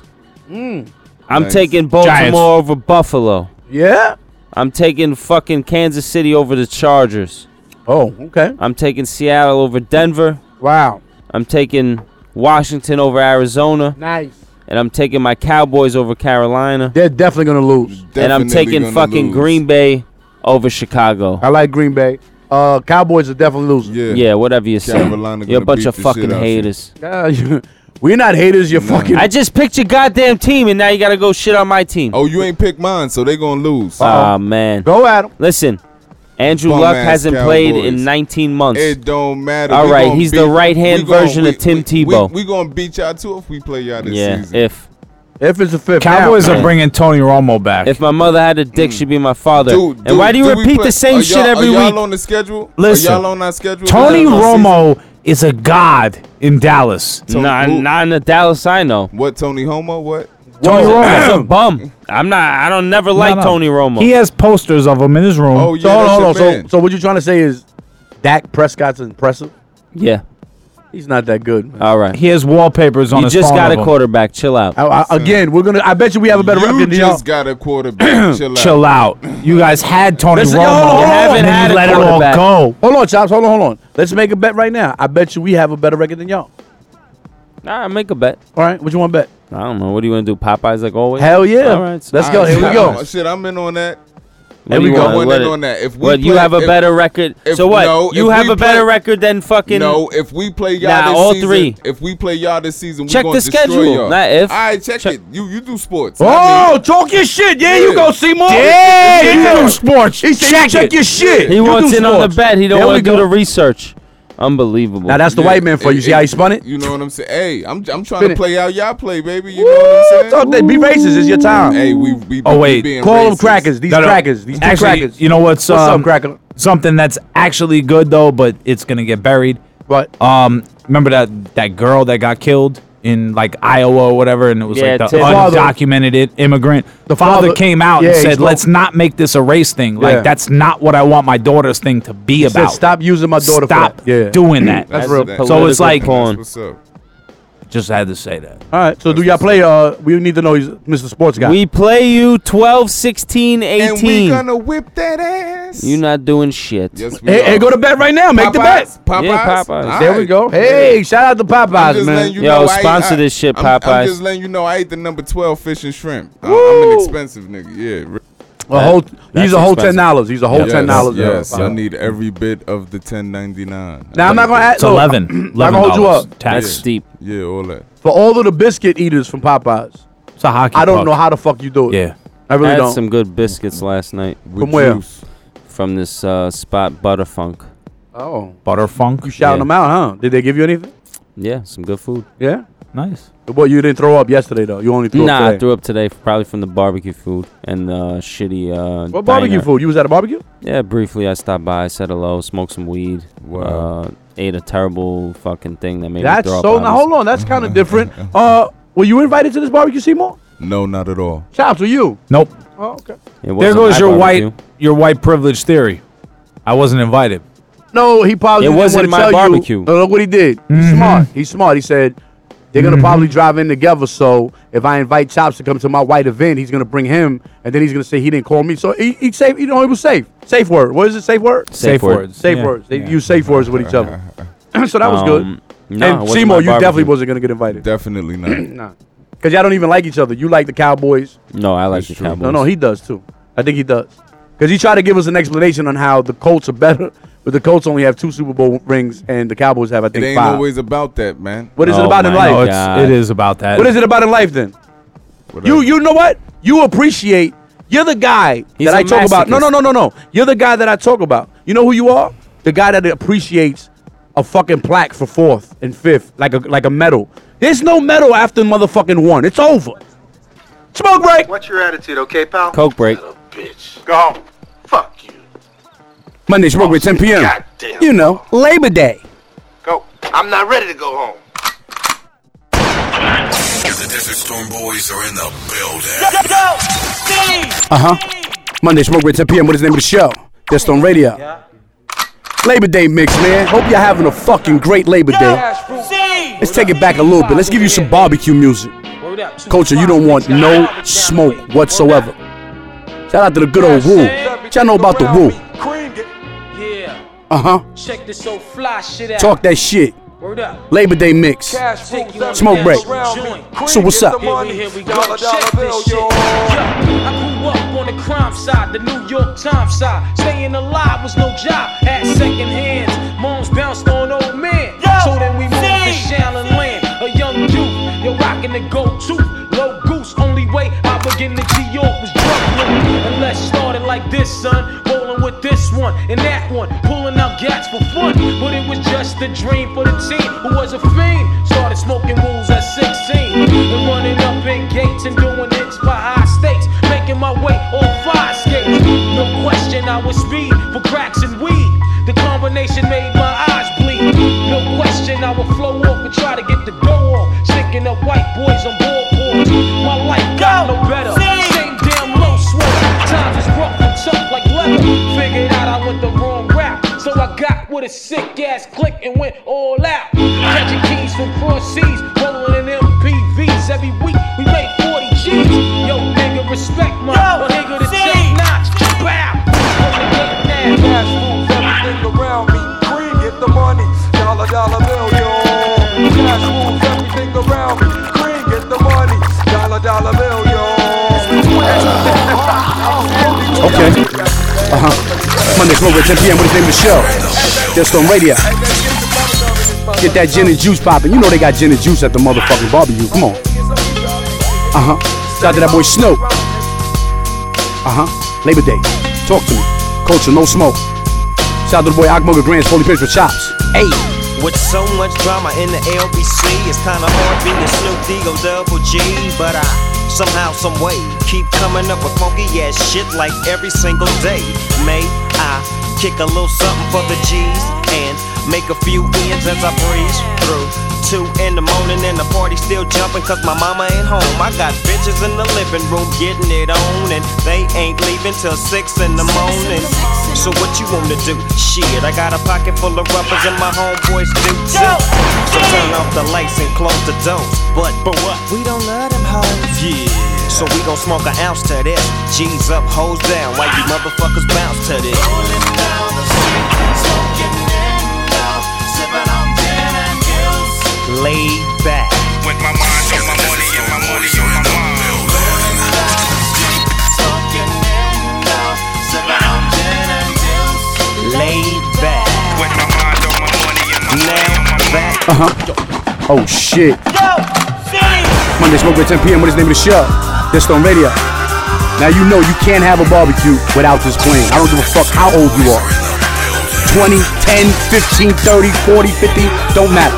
E: Mm.
G: I'm
C: Nice.
G: taking Baltimore
E: Giants.
G: over Buffalo.
F: Yeah.
G: I'm taking fucking Kansas City over the Chargers.
F: Oh, okay.
G: I'm taking Seattle over Denver.
F: Wow.
G: I'm taking Washington over Arizona.
F: Nice.
G: And I'm taking my Cowboys over Carolina.
F: They're definitely gonna lose.
G: and I'm
C: Definitely
G: taking
C: gonna
G: fucking
C: lose.
G: Green Bay over Chicago.
F: I like Green Bay. Uh, Cowboys are definitely losing.
C: Yeah.
G: Yeah, whatever you say.
C: Carolina
G: You're a
C: gonna
G: bunch
C: beat
G: of
C: the shit
G: fucking
C: out you.
G: haters.
F: Uh, we're not haters. You're
C: Nah.
F: fucking.
G: I just picked your goddamn team, and now you gotta go shit on my team.
C: Oh, you ain't pick mine, so they gonna lose.
G: Ah man.
F: Go at him.
G: Listen, Andrew
C: Bum
G: Luck
C: ass
G: hasn't played
C: Cowboys.
G: in 19 months.
C: It don't matter.
G: All
C: We
G: right,
C: gonna
G: he's the right-hand
C: we gonna-
G: version of
C: we-
G: Tim
C: we-
G: Tebow.
C: We, we gonna beat y'all too if we play y'all this
G: yeah,
C: season.
G: if
F: If it's a fifth.
E: Cowboys
F: round.
E: are bringing Tony Romo back.
G: if my mother had a dick, she'd be my father.
C: Mm. Dude,
G: and why do you
C: did we
G: repeat
C: play-
G: the
C: are
G: same
C: y'all-
G: shit every
C: are
G: week?
C: Y'all on the schedule? Are
E: Listen,
C: y'all on our schedule?
E: Tony
C: Is that on season?
E: Romo is a god in Dallas.
C: Tony-
G: Nah,
C: who-
G: not in the Dallas I know.
C: What Tony Homo? What?
E: Tony
G: That's a
E: Romo.
G: bum. I'm not. I don't never like
E: No, no.
G: Tony Romo.
E: He has posters of him in his room.
C: Oh
F: So
C: yeah,
F: hold on,
C: that's
F: hold on.
C: your
F: So, so what you trying to say is Dak Prescott's impressive?
G: yeah.
F: He's not that good. man.
G: All right.
E: He has wallpapers on
G: you
E: his
G: just
E: phone
G: got
E: of
G: a
E: him.
G: quarterback. Chill out.
F: I, I, again, we're gonna. I bet you we have a better
C: man.
F: record
C: You
F: than y'all.
C: just got a quarterback. Chill out.
E: Chill out. You guys had Tony
F: Listen,
E: Romo.
F: yo, hold on,
E: You
F: hold on.
E: haven't
F: And
G: then
E: had
G: you
E: it
G: let
E: let
G: it
E: it all
G: quarterback.
E: go.
F: Hold on, Chops. Hold on, hold on. Let's make a bet right now. I bet you we have a better record than y'all.
G: All right, make a bet.
F: All right, what you want to bet?
G: I don't know. What do you want to do? Popeyes like always.
F: Hell yeah.
G: All right. so-
F: Let's go.
C: All right,
F: Here we
C: shit,
F: go.
C: I'm- Shit, I'm in on that.
G: What do
C: we
G: you want?
C: go. I wasn't
G: What
C: in
G: it-
C: on that. If we
G: what you
C: play-
G: have a
C: if-
G: better record.
C: if-
G: so what?
C: no,
G: you
C: if
G: have
C: we
G: a better
C: play-
G: record than fucking.
C: No, if we play y'all
G: Nah,
C: this
G: all
C: season,
G: three.
C: if we play y'all this season,
G: Check
C: we gonna
G: the
C: destroy
G: schedule,
C: Y'all.
G: not if.
C: All right, check,
G: Check-
C: it. You you do sports. I
F: Oh,
C: mean,
F: talk your shit. Yeah, you
C: Yeah.
F: go, Seymour.
E: Yeah, you do sports.
F: He said,
E: Check
F: check, check
E: it.
F: your shit.
G: He
F: You
G: wants
F: do
G: in on the
F: sports.
G: bet. He don't
F: There
G: want to
F: we
G: do
F: go.
G: the research. Unbelievable.
F: Now that's the
C: yeah,
F: white man for
C: it-
F: you. See
C: it-
F: how he spun it?
C: You know what I'm saying? Hey, I'm I'm trying
F: Spin
C: to
F: it.
C: play out y'all play, baby. You know what I'm
F: Talk that.
C: saying?
F: Be racist. It's your time.
C: Hey, we we
E: Oh,
C: we
E: wait.
C: being
F: Call them
C: racist.
F: crackers. These
E: No, no.
F: crackers. These two
E: actually,
F: crackers.
E: you know what's,
F: What's
E: um,
F: up, cracker?
E: something that's actually good though, but it's gonna get buried.
F: What?
E: Um, remember that that girl that got killed in like Iowa or whatever, and it was
G: Yeah,
E: like the
G: Tim. Father.
E: undocumented i- immigrant. The father,
F: father-
E: came out
F: yeah,
E: and
F: he
E: said,
F: spoke-
E: "Let's not make this a race thing. Like
F: Yeah.
E: that's not what I want my daughter's thing to
F: He
E: be
F: said,
E: about.
F: stop using my daughter. for
E: Stop
F: that." Yeah.
E: doing that."
F: That's
C: real.
F: real.
C: So
E: So it's like-
C: That's
G: porn.
C: what's up.
E: Just had to say that.
F: All right. So do y'all play? Uh, we need to know he's Mr. Sports Guy.
G: We play you 12, 16,
C: And we
G: 18.
C: gonna whip that ass.
G: You're not doing shit.
C: Yes, we
F: hey,
C: are.
F: hey, go to bed right now. Make the bet.
C: Popeyes? Popeyes?
G: Yeah, Popeyes.
C: All
F: There we
C: right.
F: go. Hey, shout out to
C: I'm
F: Popeyes,
C: just letting
F: man.
C: you
G: Yo,
C: know I ate-
G: sponsor
C: I-
G: this shit,
C: I'm- I'm
G: Popeyes.
C: just letting you know I ate the number 12 fish and shrimp. I- I'm an expensive nigga. Yeah.
F: A whole, he's a whole ten
G: expensive.
F: dollars. He's a whole ten dollars.
C: Yes, I need every bit of the 10.99.
F: Now I'm not gonna ask.
E: It's eleven.
F: not
E: Eleven
F: gonna hold you
E: dollars
F: up.
E: tax.
G: That's steep.
C: Yeah, all that.
F: for all of the biscuit eaters from Popeyes.
E: It's a hockey.
F: I don't
E: puck.
F: know how the fuck you do it.
E: Yeah.
F: I really
G: had
F: don't.
G: some good biscuits last night.
F: With From where?
G: From this uh, spot, Butterfunk.
F: Oh.
E: Butterfunk.
F: You shouting
G: Yeah.
F: them out, huh? Did they give you anything?
G: Yeah, some good food.
F: Yeah.
E: Nice.
F: Well, you didn't throw up yesterday though. You only threw
G: nah,
F: up
G: I
F: today.
G: threw up today, f- probably from the barbecue food and uh, shitty. Uh,
F: what barbecue
G: diner.
F: food? You was at a barbecue?
G: Yeah, briefly I stopped by, said hello, smoked some weed. Uh, ate a terrible fucking thing that made
F: That's
G: me throw
F: so.
G: up.
F: Now hold on. That's kind of different. Uh, were you invited to this barbecue, Seymour?
C: No, not at all.
F: Chops, were you?
E: Nope.
F: Oh, okay.
E: There goes your white your white privilege theory. I wasn't invited.
F: No, he probably.
E: It
F: didn't wanna
E: wasn't my
F: tell you.
E: barbecue.
F: No, look what he did. He's smart. He's smart. He said they're gonna probably drive in together. So if I invite Chops to come to my white event, he's gonna bring him, and then he's gonna say he didn't call me. So he, he safe. You know, he was safe. Safe word. What is it? Safe word.
G: Safe Safe word. words.
F: Safe
G: Yeah.
F: words. They use safe words with each other. so that was
G: Um,
F: good.
G: no, it
F: and
G: wasn't my
F: Seymour, you definitely
G: barbecue.
F: wasn't gonna get invited.
C: Definitely not.
F: nah. Cause y'all don't even like each other. You like the Cowboys.
G: No, I like the Cowboys.
F: No, no, he does too. I think he does. Because he tried to give us an explanation on how the Colts are better, but the Colts only have two Super Bowl rings and the Cowboys have, I
C: It
F: think,
C: ain't
F: five.
C: always about that, man.
F: What is
G: Oh
F: it about in life?
E: No, it's, it is about that.
F: What is it about in life then? You you know what? You appreciate. You're the guy
G: He's
F: that
G: a
F: I talk about. No,
G: masochist.
F: no, no, no, no. You're the guy that I talk about. You know who you are? The guy that appreciates a fucking plaque for fourth and fifth, like a like a medal. There's no medal after motherfucking one. It's over. Smoke break.
K: What's your attitude, okay, pal?
G: Coke break.
K: Bitch. Go home. Fuck you.
F: Monday smoke break, 10 p.m. You know, Labor Day.
K: Go. I'm not ready to go home.
L: The Desert Storm Boys are in the building.
F: Uh huh. Monday, smoke with 10 p.m. What is the name of the show? Just on radio. Labor Day mix, man. Hope you're having a fucking great Labor Day. Let's take it back a little bit. Let's give you some barbecue music. Culture, you don't want no smoke whatsoever. Shout out to the good old Woo. Y'all know about the Woo.
M: Yeah.
F: Uh huh.
M: Check this old fly shit out.
F: Talk that shit.
M: Word up.
F: Labor Day mix.
M: Take you up
F: Smoke
M: there,
F: break.
M: around me.
F: So what's up?
M: Here we, here we go. Check this shit. Yo, I grew up on the crime side, the New York Times side. Staying alive was no job. Had second hands. Moms bounced on old men. so then we moved to Shallon Land. A young youth. You're rocking the go-to. Low goose. Only way I begin to New York was Brooklyn. And let's start it like this, son. Rolling with this one and that one. Pulling out gats for fun. But it was just a dream for the team who was a fiend. Started smoking rules at 16. And running up in gates and doing hits by high stakes. Making my way on five skates. No question, I was speed for cracks and weed. The combination made my eyes bleed. No question, I would flow off and try to get the dough off. Sticking up white boys on ballboards. My life got no better. Same damn low sweater. Times was rough and tough like leather. Figured out I went the wrong route. So I got with a sick ass click and went all out. Catching keys from cross seas, rolling in MPVs every week. We made 40 G's. Yo, nigga, respect my Yo, nigga the check notch. Bow.
F: Okay. Uh huh. Monday, smoke break, 10 p.m. What is the name of the show? Just on radio. Get that gin and juice popping. You know they got gin and juice at the motherfucking barbecue. Come on. Uh huh. Shout out to that boy Snoop. Uh huh. Labor Day. Talk to me. Culture, no smoke. Shout out to the boy Akmoga Grant's Holy Pitch with Chops. Hey.
N: With so much drama in the LBC, it's kinda hard being Snoop D O double G. But I somehow, some way, keep coming up with funky ass shit like every single day. May I kick a little something for the G's and make a few ends as I breeze through. Two in the morning and the party still jumping cause my mama ain't home. I got bitches in the living room getting it on and they ain't leaving till six in the morning. So what you wanna do? Shit, I got a pocket full of rubbers and my homeboys do too. So turn off the lights and close the doors. But but what? We don't let them hoes. Yeah. So we gon' smoke an ounce to this. G's up, hoes down. Why you motherfuckers bounce to this? Laid back. With my mind on my money and my money on my mind. Laid back. With my mind on my money and my money on my mind.
F: Uh huh. Oh shit.
N: Yo,
F: Monday, smoke break, 10 p.m. What is the name of the show? Just on radio. Now you know you can't have a barbecue without this playing. I don't give a fuck how old you are. 20, 10, 15, 30, 40, 50, don't matter.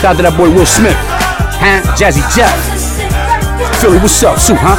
F: Shout out to that boy Will Smith. Huh? Jazzy Jeff. Philly, what's up, Sue, huh?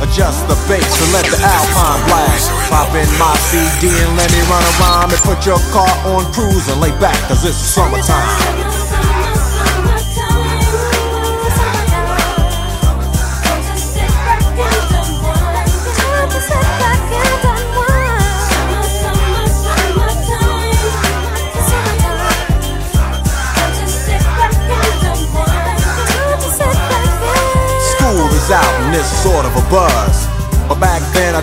O: Adjust the bass and let the alpine blast. Pop in my CD and let me run a rhyme. And put your car on cruise and lay back, cause it's the summertime. School is out and it's sort of a buzz. But back then I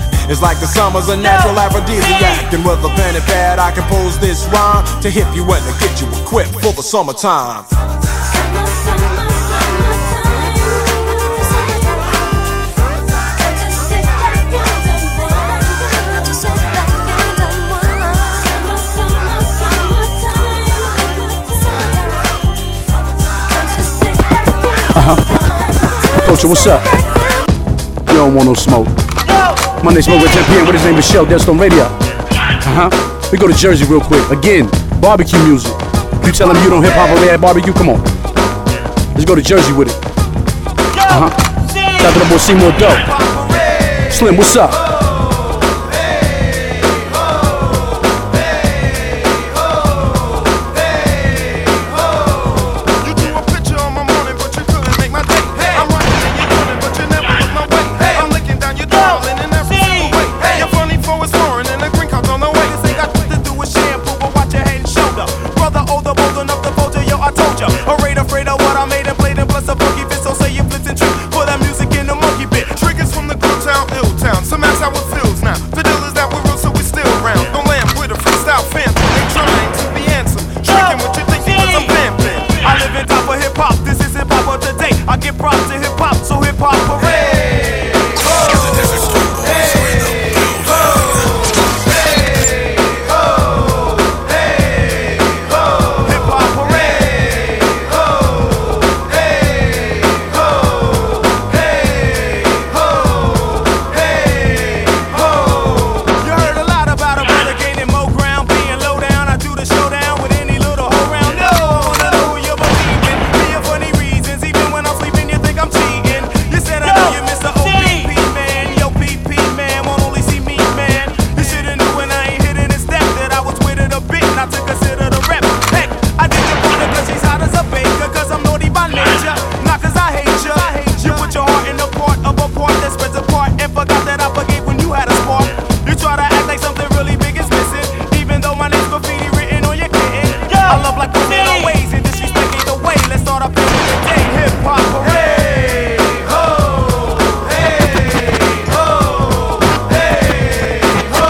O: It's like the summer's a natural aphrodisiac. And with a pen and pad, I compose this rhyme to hit you and to get you equipped for the summertime.
F: Culture, Uh-huh. what's up? You don't want no smoke. Monday smoke at 10 p.m. with his name is Shell Deathstone Radio. Uh huh. We go to Jersey real quick. Again, barbecue music. You tell him you don't hip hop over there at barbecue? Come on. Let's go to Jersey with it. Uh huh. Shout out to the boy Seymour Doe. Slim, what's up?
O: You heard a lot about a brother gaining more ground, being low down. I do the showdown with any little hoe round. No, I wanna know who you believe in. Me and funny reasons, even when I'm sleeping, you think I'm cheating. You said I know you missed the OPP man. Yo, PP man won't only see me, man. You should've knew when I ain't hitting his step that I was with it a bit, not to consider the rep. Heck, I did your partner cause she's hot as a baker, cause I'm naughty by nature. Not cause I hate you. You put your heart in the part of a part that spreads apart, and forgot that I forgave when you had a spark. You try to act like something really big is missing. Even though my name's graffiti written on your kitten. I love like women always and disrespect either way. Let's start up here with the day. Hip hop parade. Ho, hey, ho, hey, ho, hey, ho.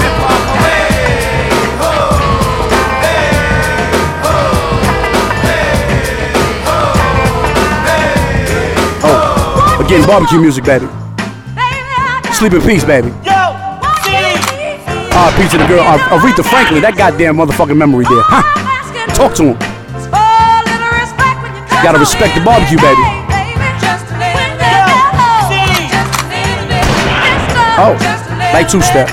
O: Hip hop parade. Ho, hey, ho,
F: Oh, again, barbecue music, baby. Sleep in peace, baby. R.P. to the girl Ar- Aretha Franklin. That goddamn motherfucking memory there. Huh? Talk to him. Gotta respect the barbecue, baby. Oh, like two step.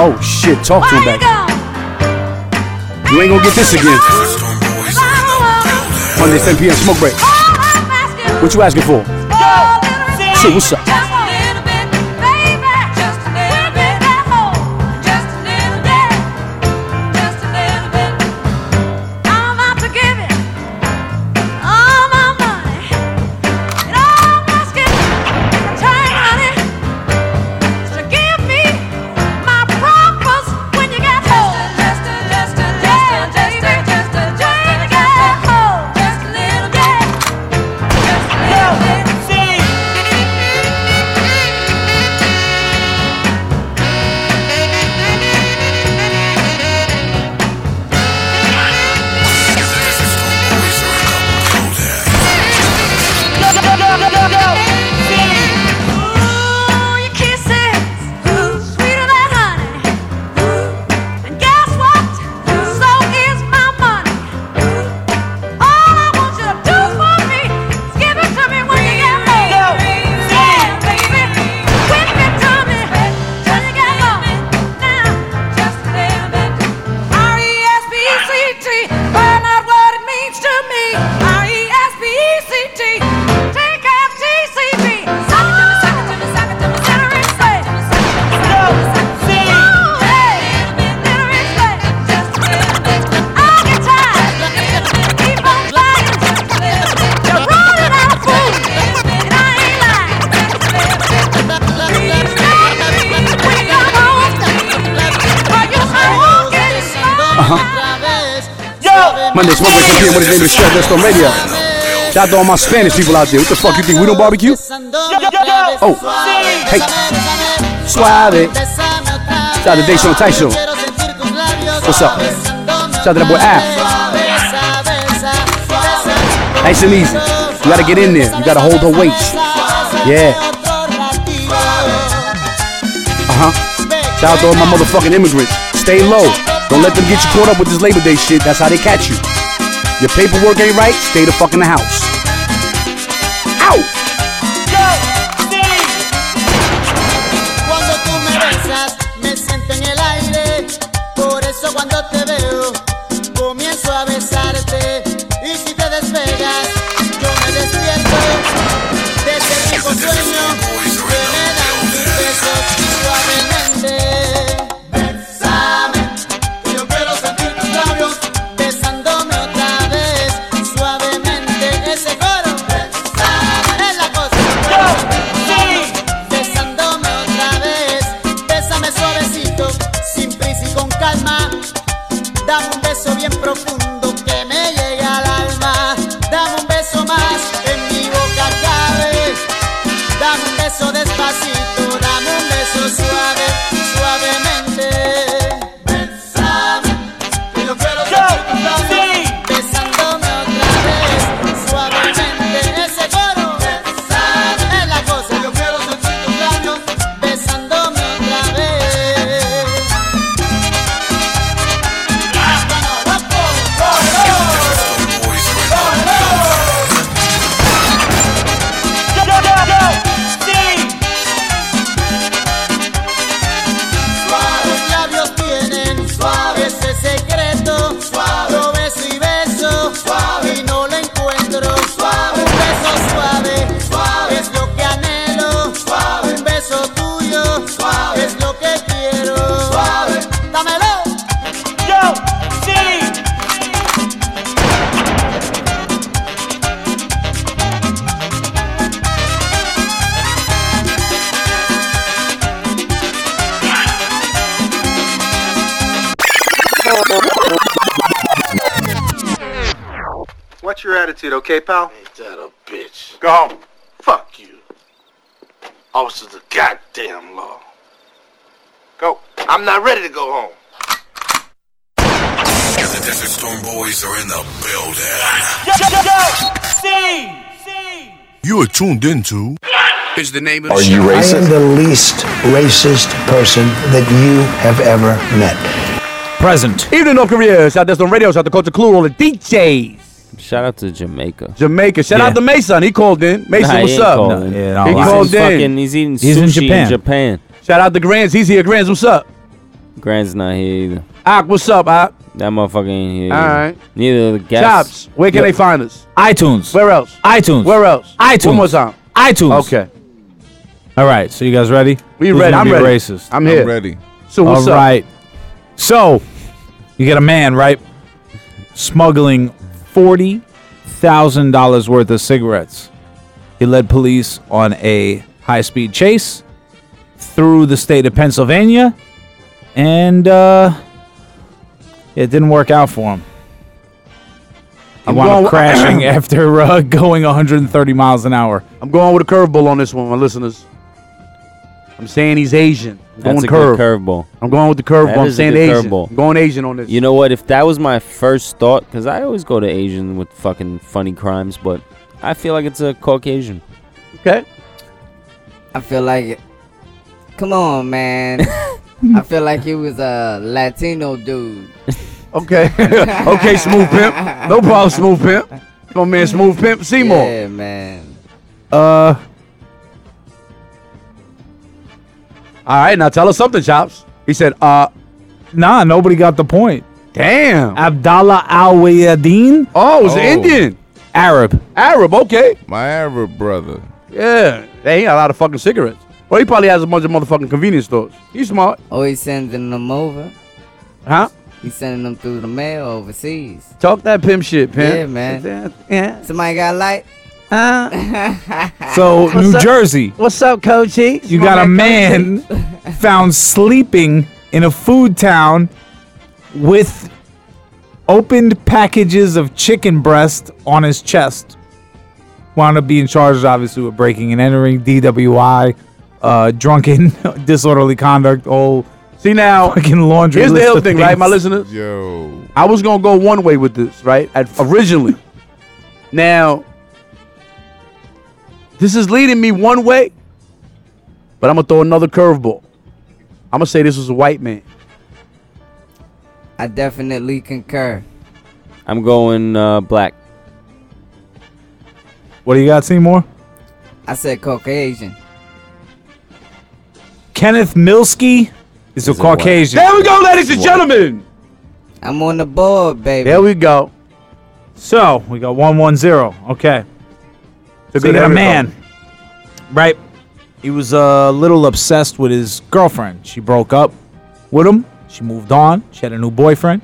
F: Oh shit, talk to him back. You ain't gonna get this again. Monday 10 p.m. smoke break. What you asking for? Shit, what's up? Monday smoke with 10 p.m. What is name of the show? That's on radio. Shout out to all my Spanish people out there. What the fuck you think we don't barbecue? Oh, hey, suave. Shout out to Dayshawn Tyshawn. What's up? Shout out to that boy Al. Nice and easy. You gotta get in there. You gotta hold her weight. Yeah. Uh huh. Shout out to all my motherfucking immigrants. Stay low. Don't let them get you caught up with this Labor Day shit. That's how they catch you. Your paperwork ain't right. Stay the fuck in the house. Ow!
P: Cuando tú me besas, me siento en el aire. Por eso cuando te veo, comienzo a besarte. Y si te despegas, yo me despierto de ese rico sueño que me dan tus besos suavemente. Bésame, que yo quiero sentir tus labios besándome otra vez suavemente. Ese coro, bésame, es la cosa. Quiero sentir tus labios Besándome otra vez, bésame suavecito, sin prisa y con calma. Dame un beso bien profundo que me llegue al alma. Dame un beso más en mi boca cabe. Dame un beso despacito, dame un beso suave, suavemente. Bésame, que yo quiero sentir tus labios besándome otra vez, suavemente. Ese coro, bésame, es la cosa. Yo quiero sentir tus labios besándome otra vez. Suaves labios tienen, suave ese secreto, suave lo beso y beso, suave y no lo encuentro, suave un beso suave, suave es lo que anhelo, suave un beso tuyo, suave es lo que quiero, suave, dámelo, yo sí.
K: What's your attitude, okay, pal? Ain't that a bitch? Go home. Fuck you. Officers of goddamn law. Go. I'm not ready to go home.
L: The Desert Storm Boys are in the building.
Q: You are tuned into.
D: Is the name of
Q: Are
D: the
Q: you
D: show.
Q: racist?
R: I am the least racist person that you have ever met.
E: Present.
F: Evening, North Korea. Shout out to on radio. Shout out to Culture Clue, all the DJs.
G: Shout out to Jamaica.
F: Jamaica. Shout out to Mason. He called in. Mason,
G: Nah, he
F: what's
G: ain't
F: up?
G: calling.
F: Nah,
G: Nah,
F: he
G: he's in
F: called in.
G: fucking- he's eating He's in sushi in Japan. Japan.
F: Shout out to Grands. He's here. Grands, what's up?
G: Grand's not here either.
F: Ak, what's up, Ak?
G: That motherfucker ain't here.
F: All
G: either.
F: right.
G: Neither the gas.
F: Chops, where can
G: Yo-
F: they find us?
E: iTunes.
F: Where else?
E: iTunes.
F: Where else?
E: iTunes.
F: One more time.
E: iTunes.
F: Okay.
E: All right. So you guys ready?
F: We
E: Who's
F: ready.
E: gonna
F: I'm
E: be
F: ready.
E: Racist.
F: I'm here. I'm ready. So what's
E: All
F: up?
E: right. So you get a man right smuggling forty thousand dollars worth of cigarettes. He led police on a high-speed chase through the state of Pennsylvania, and uh, it didn't work out for him. I
F: I'm
E: wound
F: going-
E: up crashing after uh, going 130 miles an hour.
F: I'm going with a curveball on this one, my listeners. I'm saying he's Asian. I'm
G: That's
F: going
G: a
F: curve.
G: good curveball.
F: I'm going with the curveball.
G: That
F: I'm
G: is a
F: saying
G: good
F: Asian.
G: curveball.
F: I'm going Asian on this.
G: You know what? If that was my first thought, because I always go to Asian with fucking funny crimes, but I feel like it's a Caucasian.
F: Okay.
S: I feel like it. Come on, man. I feel like he was a Latino dude.
F: Okay. okay, smooth pimp. No problem, smooth pimp. My man, smooth pimp Seymour.
S: Yeah, man.
F: Uh. All right, now tell us something, Chops. He said, uh.
E: Nah, nobody got the point.
F: Damn.
E: Abdallah Al Wayadeen.
F: Oh,
E: it's
F: Oh. Indian.
E: Arab.
F: Arab, okay.
C: My Arab brother.
F: Yeah, they ain't got a lot of fucking cigarettes. Well, he probably has a bunch of motherfucking convenience stores. He's smart.
S: Oh, he's sending them over.
F: Huh?
S: He's sending them through the mail overseas.
F: Talk that pimp shit, pimp.
S: Yeah, man. Yeah. Somebody got light?
F: Uh-huh.
S: Huh?
E: So New Jersey.
F: What's up, Coachy?
E: You got a
S: Come on,
E: man found sleeping in a food town with opened packages of chicken breast on his chest. Wound up being charged, obviously, with breaking and entering, DWI, uh, drunken, disorderly conduct, whole.
F: See now,
E: fucking laundry.
F: Here's the
E: list
F: hell
E: of
F: thing, right, my
E: things.
F: listeners? Yo. I was gonna go one way with this, right? At originally. now, this is leading me one way, but I'm gonna throw another curveball. I'm gonna say this was a white man.
S: I definitely concur.
G: I'm going uh, black.
E: What do you got, Seymour?
S: I said Caucasian.
E: Kenneth Milsky is a
S: it white?
E: Caucasian.
S: There we go, ladies and White.
F: gentlemen.
S: I'm on the board, baby.
F: There we go.
E: So we got one one zero. Okay.
F: Took
E: so you
F: it
E: got a
F: every
E: man, right? He was a little obsessed with his girlfriend. She broke up with him. She moved on. She had a new boyfriend.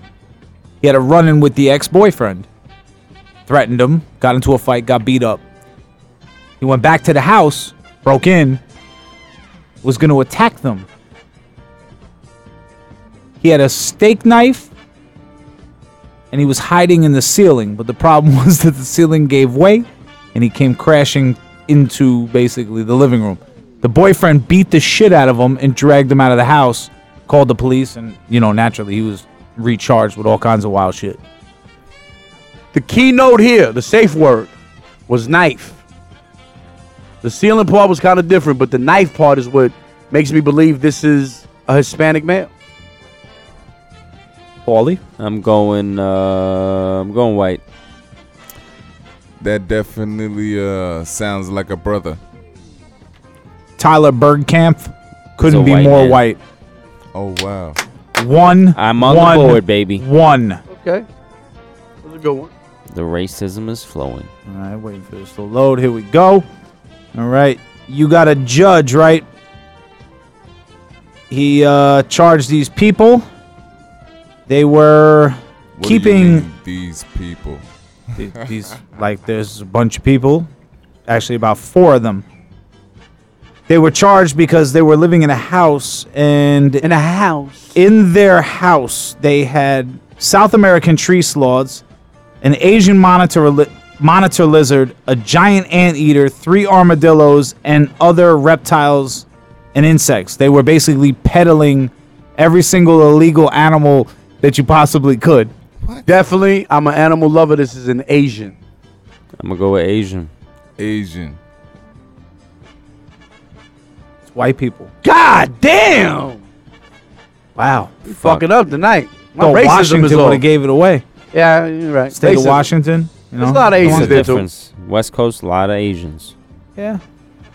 E: He had a run-in with the ex-boyfriend. Threatened him. Got into a fight. Got beat up. He went back to the house. Broke in. Was going to attack them. He had a steak knife and he was hiding in the ceiling. But the problem was that the ceiling gave way and he came crashing into basically the living room. The boyfriend beat the shit out of him and dragged him out of the house, called the police, and, you know, naturally he was recharged with all kinds of wild shit.
F: The keynote here, the safe word, was knife. The ceiling part was kind of different, but the knife part is what makes me believe this is a Hispanic male.
E: Paulie?
G: I'm going. Uh, I'm going white.
C: That definitely uh, sounds like a brother.
E: Tyler Bergkamp couldn't
C: He's a
E: be
C: white
E: more
C: man.
E: white.
C: Oh wow.
E: One.
G: I'm on the
E: one,
G: board, baby.
E: One.
F: Okay. That's a good one.
G: The racism is flowing.
E: All right, waiting for this to load. Here we go. All right, you got a judge, right? He uh, charged these people. They were
C: What do you
E: keeping
C: mean, these people.
E: th- these like there's a bunch of people, actually about four of them. They were charged because they were living in a house and in
F: a house.
E: In their house, they had South American tree sloths, an Asian monitor li- monitor lizard, a giant anteater, three armadillos, and other reptiles and insects. They were basically peddling every single illegal animal that you possibly could.
F: Definitely, I'm an animal lover. This is an Asian.
G: I'm gonna go with Asian.
C: Asian.
E: It's white people.
F: God damn!
E: Wow,
F: you fucking up tonight. My
E: Though
F: racism
E: Washington
F: is
E: would
F: off.
E: have gave it away.
F: yeah, you're right.
E: State of
F: Racism.
E: Washington. You know,
F: There's a lot of
E: Come on.
F: Asians
G: What's the
F: there too.
G: difference? West Coast, a lot of Asians.
E: Yeah,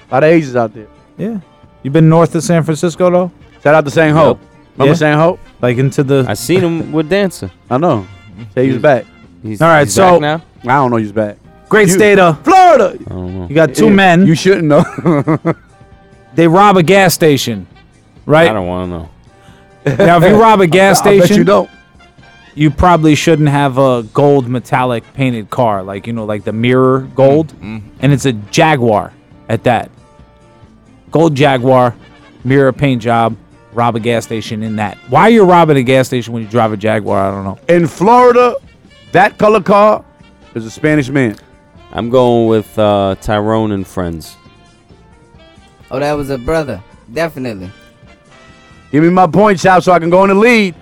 F: A lot of Asians out there.
E: yeah. You been north of San Francisco though?
F: Shout out to Saint Hope. Remember
E: Yeah.
F: Saint Hope?
E: Like into the.
G: I seen him with Dancer.
F: I know. Say he's back.
G: He's,
E: All right,
G: he's
E: so
G: back now.
F: I don't know he's back.
E: great
F: You-
E: state of
F: Florida.
G: I don't know.
E: You got two
F: Yeah,
E: men.
F: You shouldn't know.
E: they rob a gas station,
G: I
E: right?
G: don't want to know.
E: Now, if you rob a gas
F: I bet you
E: station,
F: don't.
E: You probably shouldn't have a gold metallic painted car, like you know, like the mirror gold, and it's a Jaguar at that. Gold Jaguar, mirror paint job. Rob a gas station in that. Why you're robbing a gas station when you drive a Jaguar? I don't know.
F: In Florida, that color car is a Spanish man.
G: I'm going with uh, Tyrone and friends.
S: Oh, that was a brother. Definitely.
F: Give me my point, shop, so I can go in the lead.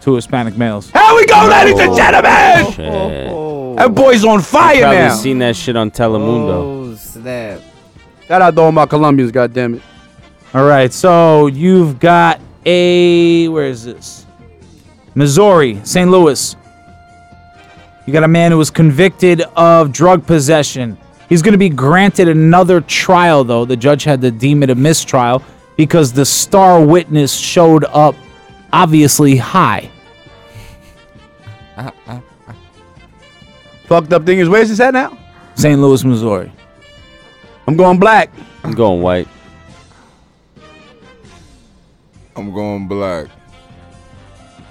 E: Two Hispanic males.
F: Here we go, ladies and gentlemen.
G: Shit.
F: That boy's on fire
G: You probably
F: now.
G: seen that shit on Telemundo.
S: Oh, snap.
F: Shout out to all my Colombians, goddamn it.
E: All right, so you've got a where is this? Missouri, St. Louis. You got a man who was convicted of drug possession. He's going to be granted another trial though. The judge had to deem it a mistrial because the star witness showed up obviously high.
F: Fucked up thing is, where's this at now?
E: St. Louis, Missouri.
F: I'm going black.
G: I'm going white.
C: I'm going black.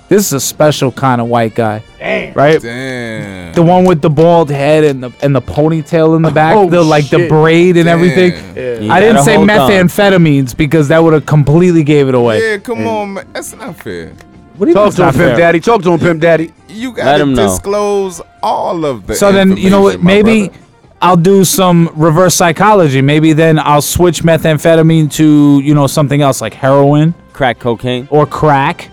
E: This is a special kind of white guy.
C: Damn.
E: Right?
C: Damn.
E: The one with the bald head and the and the ponytail in the back,
F: Oh,
E: the like the
F: shit.
E: braid and everything. I
C: Yeah.
G: You
E: didn't
G: gotta
E: say
G: hold on.
E: methamphetamines because that would have completely gave it away.
C: Yeah, come on, man. That's not fair.
E: What do you mean
F: Talk
E: it's
F: to him,
E: not
F: Pimp
E: fair?
F: Daddy. Talk to him, Pimp Daddy.
C: you
G: Let
C: gotta
G: him know.
C: disclose all of the.
E: so then you know what?
C: information, my
E: Maybe I'll do some reverse psychology. Maybe then I'll switch methamphetamine to you know something else like heroin,
G: crack cocaine,
E: or crack,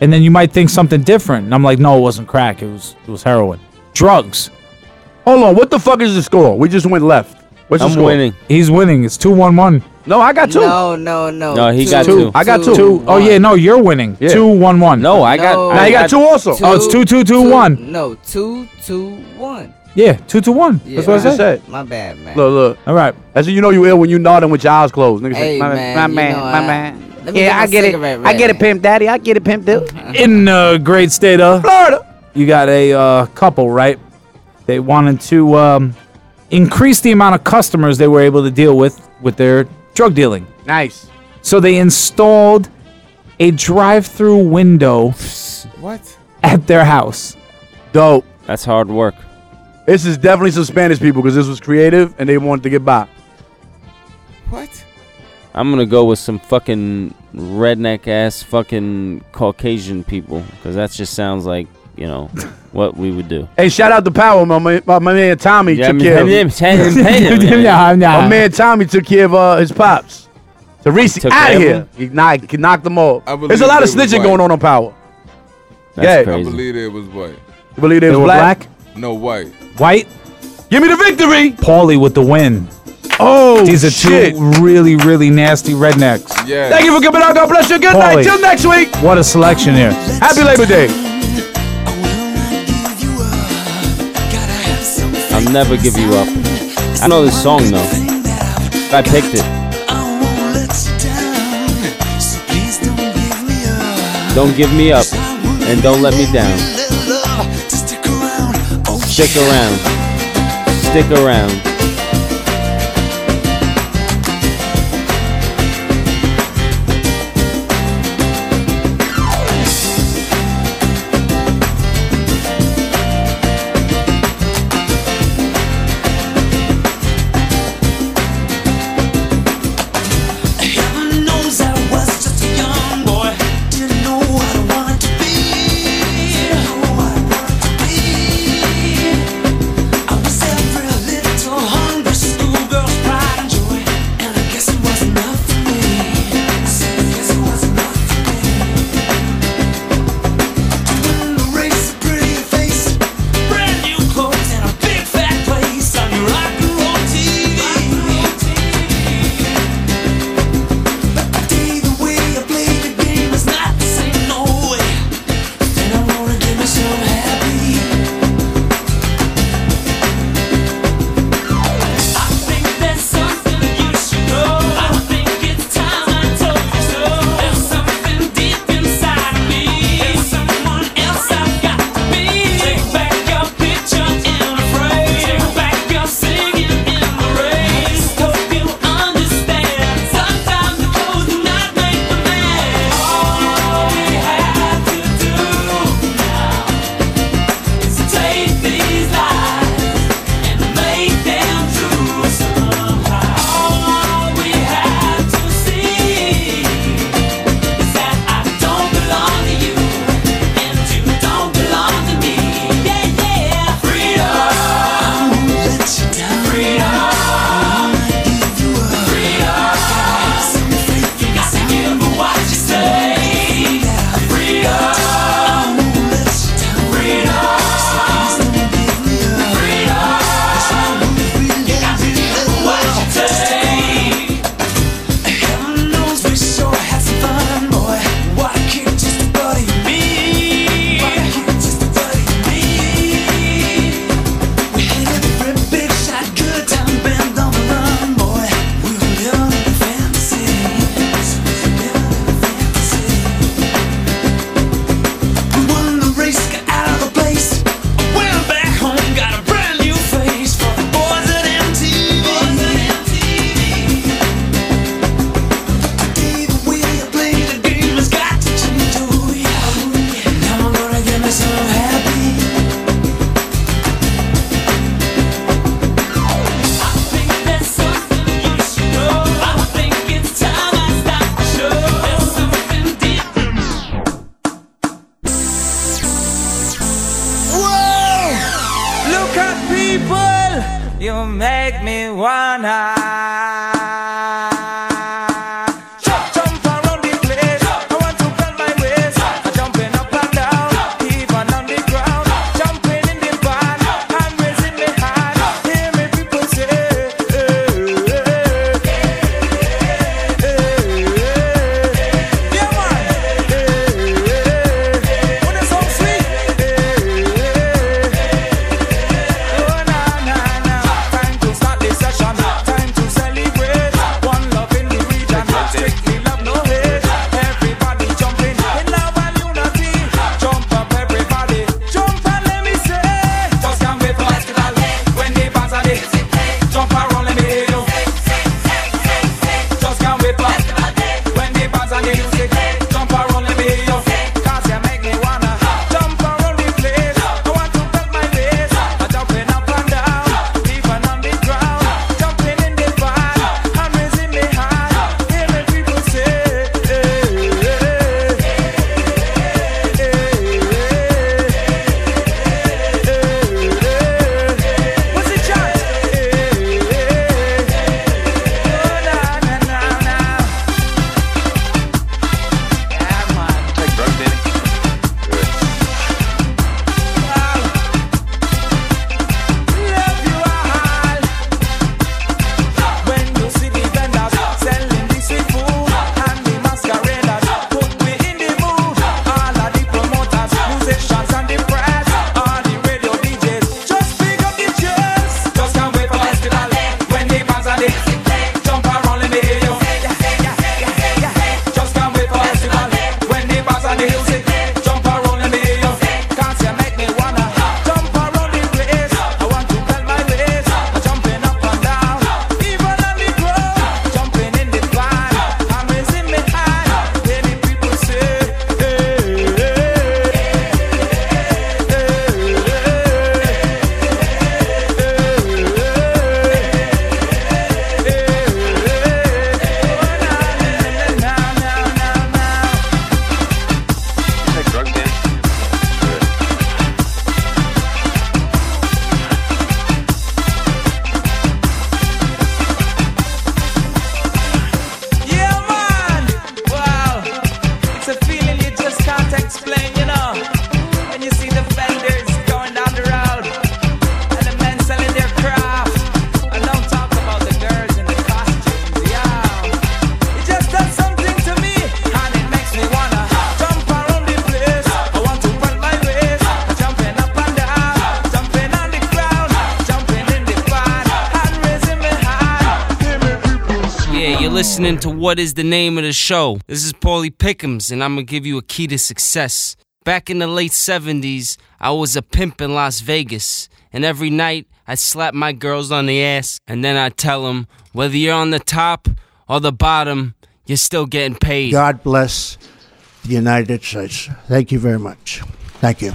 E: and then you might think something different. And I'm like, no, it wasn't crack. It was it was heroin, drugs.
F: Hold on, what the fuck is the score? We just went left. What's the score?
E: He's winning. It's two one one.
F: No, I got two.
S: No, no, no.
E: I got two. Oh yeah, no, you're winning.
F: Yeah.
E: Two one one. No,
G: I
S: got- No.
F: Now you got two also.
E: oh, it's two two two one.
S: No, two, two, one.
E: Yeah, two to one.
S: Yeah,
F: That's what
S: my-
F: I said.
S: My bad, man.
F: Look, look.
E: All right.
F: That's when you know you ill when you nodding with your eyes closed. Niggas say,
S: Hey,
F: my
S: man,
F: my
S: you
F: man,
S: know,
F: my
S: I-
F: man.
S: Let me get my cigarette ready.
F: pimp daddy. I get it, pimp dude.
E: in the great state of
F: Florida.
E: You got a uh, couple, right? They wanted to um, increase the amount of customers they were able to deal with with their drug dealing.
F: Nice.
E: So they installed a drive-through window
C: What?
E: at their house.
F: Dope.
G: That's hard work.
F: This is definitely some Spanish people because this was creative and they wanted to get by.
C: What?
G: I'm gonna go with some fucking redneck ass fucking Caucasian people because that just sounds like you know what we would do.
F: Hey, shout out to Power, my man, my man Tommy
G: Yeah, I
F: took
G: mean,
F: care of
G: him, him, him, him, him, yeah, yeah.
F: My man Tommy took care of uh, his pops. Teresi
G: Took
F: out of
G: care of
F: here.
G: him?
F: He knocked, he knocked them off.
C: believe
F: There's a lot of
C: they was
F: snitching
C: white.
F: going on on Power. yeah,
C: I believe it was white.
F: You believe they,
E: They
F: was
E: were
F: black?
C: No white.
E: White.
F: Give me the victory.
E: Paulie with the win.
F: Oh,
E: these are
F: shit.
E: two really, really nasty rednecks.
C: Yeah.
F: Thank you for coming out. God bless you. Good night.
E: Paulie.
F: Till next week.
E: What a selection here.
F: Happy Labor Day.
G: I'll never give you up. I know this song though. I picked it. Don't give me up and don't let me down. Stick around. Stick around.
Q: Heaven knows I was just a young boy. Didn't know what I wanted to be. Didn't know what I wanted to be. I was every little Oh,
T: You make me wanna. Jump around the place. I want to bend my waist. I'm jumping up and down, even on the ground. Jumping in the van, I'm raising my hand. Hear me people say, Oh, Time to start the session. Time to celebrate. One love in the region. Strictly love, no hate. Everybody jumping in love and unity. Jump up, everybody. Jump and let me say. Just can't wait for us to When the bands are there. Jump around, let me hear you. Just can't wait for us to When the bands are there. Jump around, let me hear you. 'Cause you make me wanna jump around the place. I want to bend my waist. I'm jumping up and down. Even on the ground, jumping in the van, I'm raising my hand. Hearing people say, What's the chant? When you see the vendors selling the seafood and the masqueraders, put me in the mood. All of the promoters, musicians and the press, all the radio DJs, just pick up the chairs. Just can't wait for festival when the bands are there. Jump around in the air. Just can't wait for festival when the bands are there. Jump around in the air. Can't you make me wanna jump around the place? I want to bend my waist. I'm jumping up and down. Even on the ground, jumping in the van. I'm raising my hand. Many people say, hey, hey, Yeah, man! Wow, it's a feeling you just can't explain, you know. When you see the vendors going down the road and the men selling their craft, and don't talk about the girls in the costumes, yeah. It just does something to me, and it makes me wanna jump around the place. I want to bend my waist, jumping up and down, jumping on the ground, jumping in the van, and raising my hand. Give me
G: Yeah, you're listening to What is the Name of the Show? This is Paulie Pickums, and I'm gonna give you a key to success. Back in the late 70s, I was a pimp in Las Vegas, and every night I'd slap my girls on the ass, and then I'd tell them whether you're on the top or the bottom, you're still getting paid.
F: God bless the United States. Thank you very much. Thank you.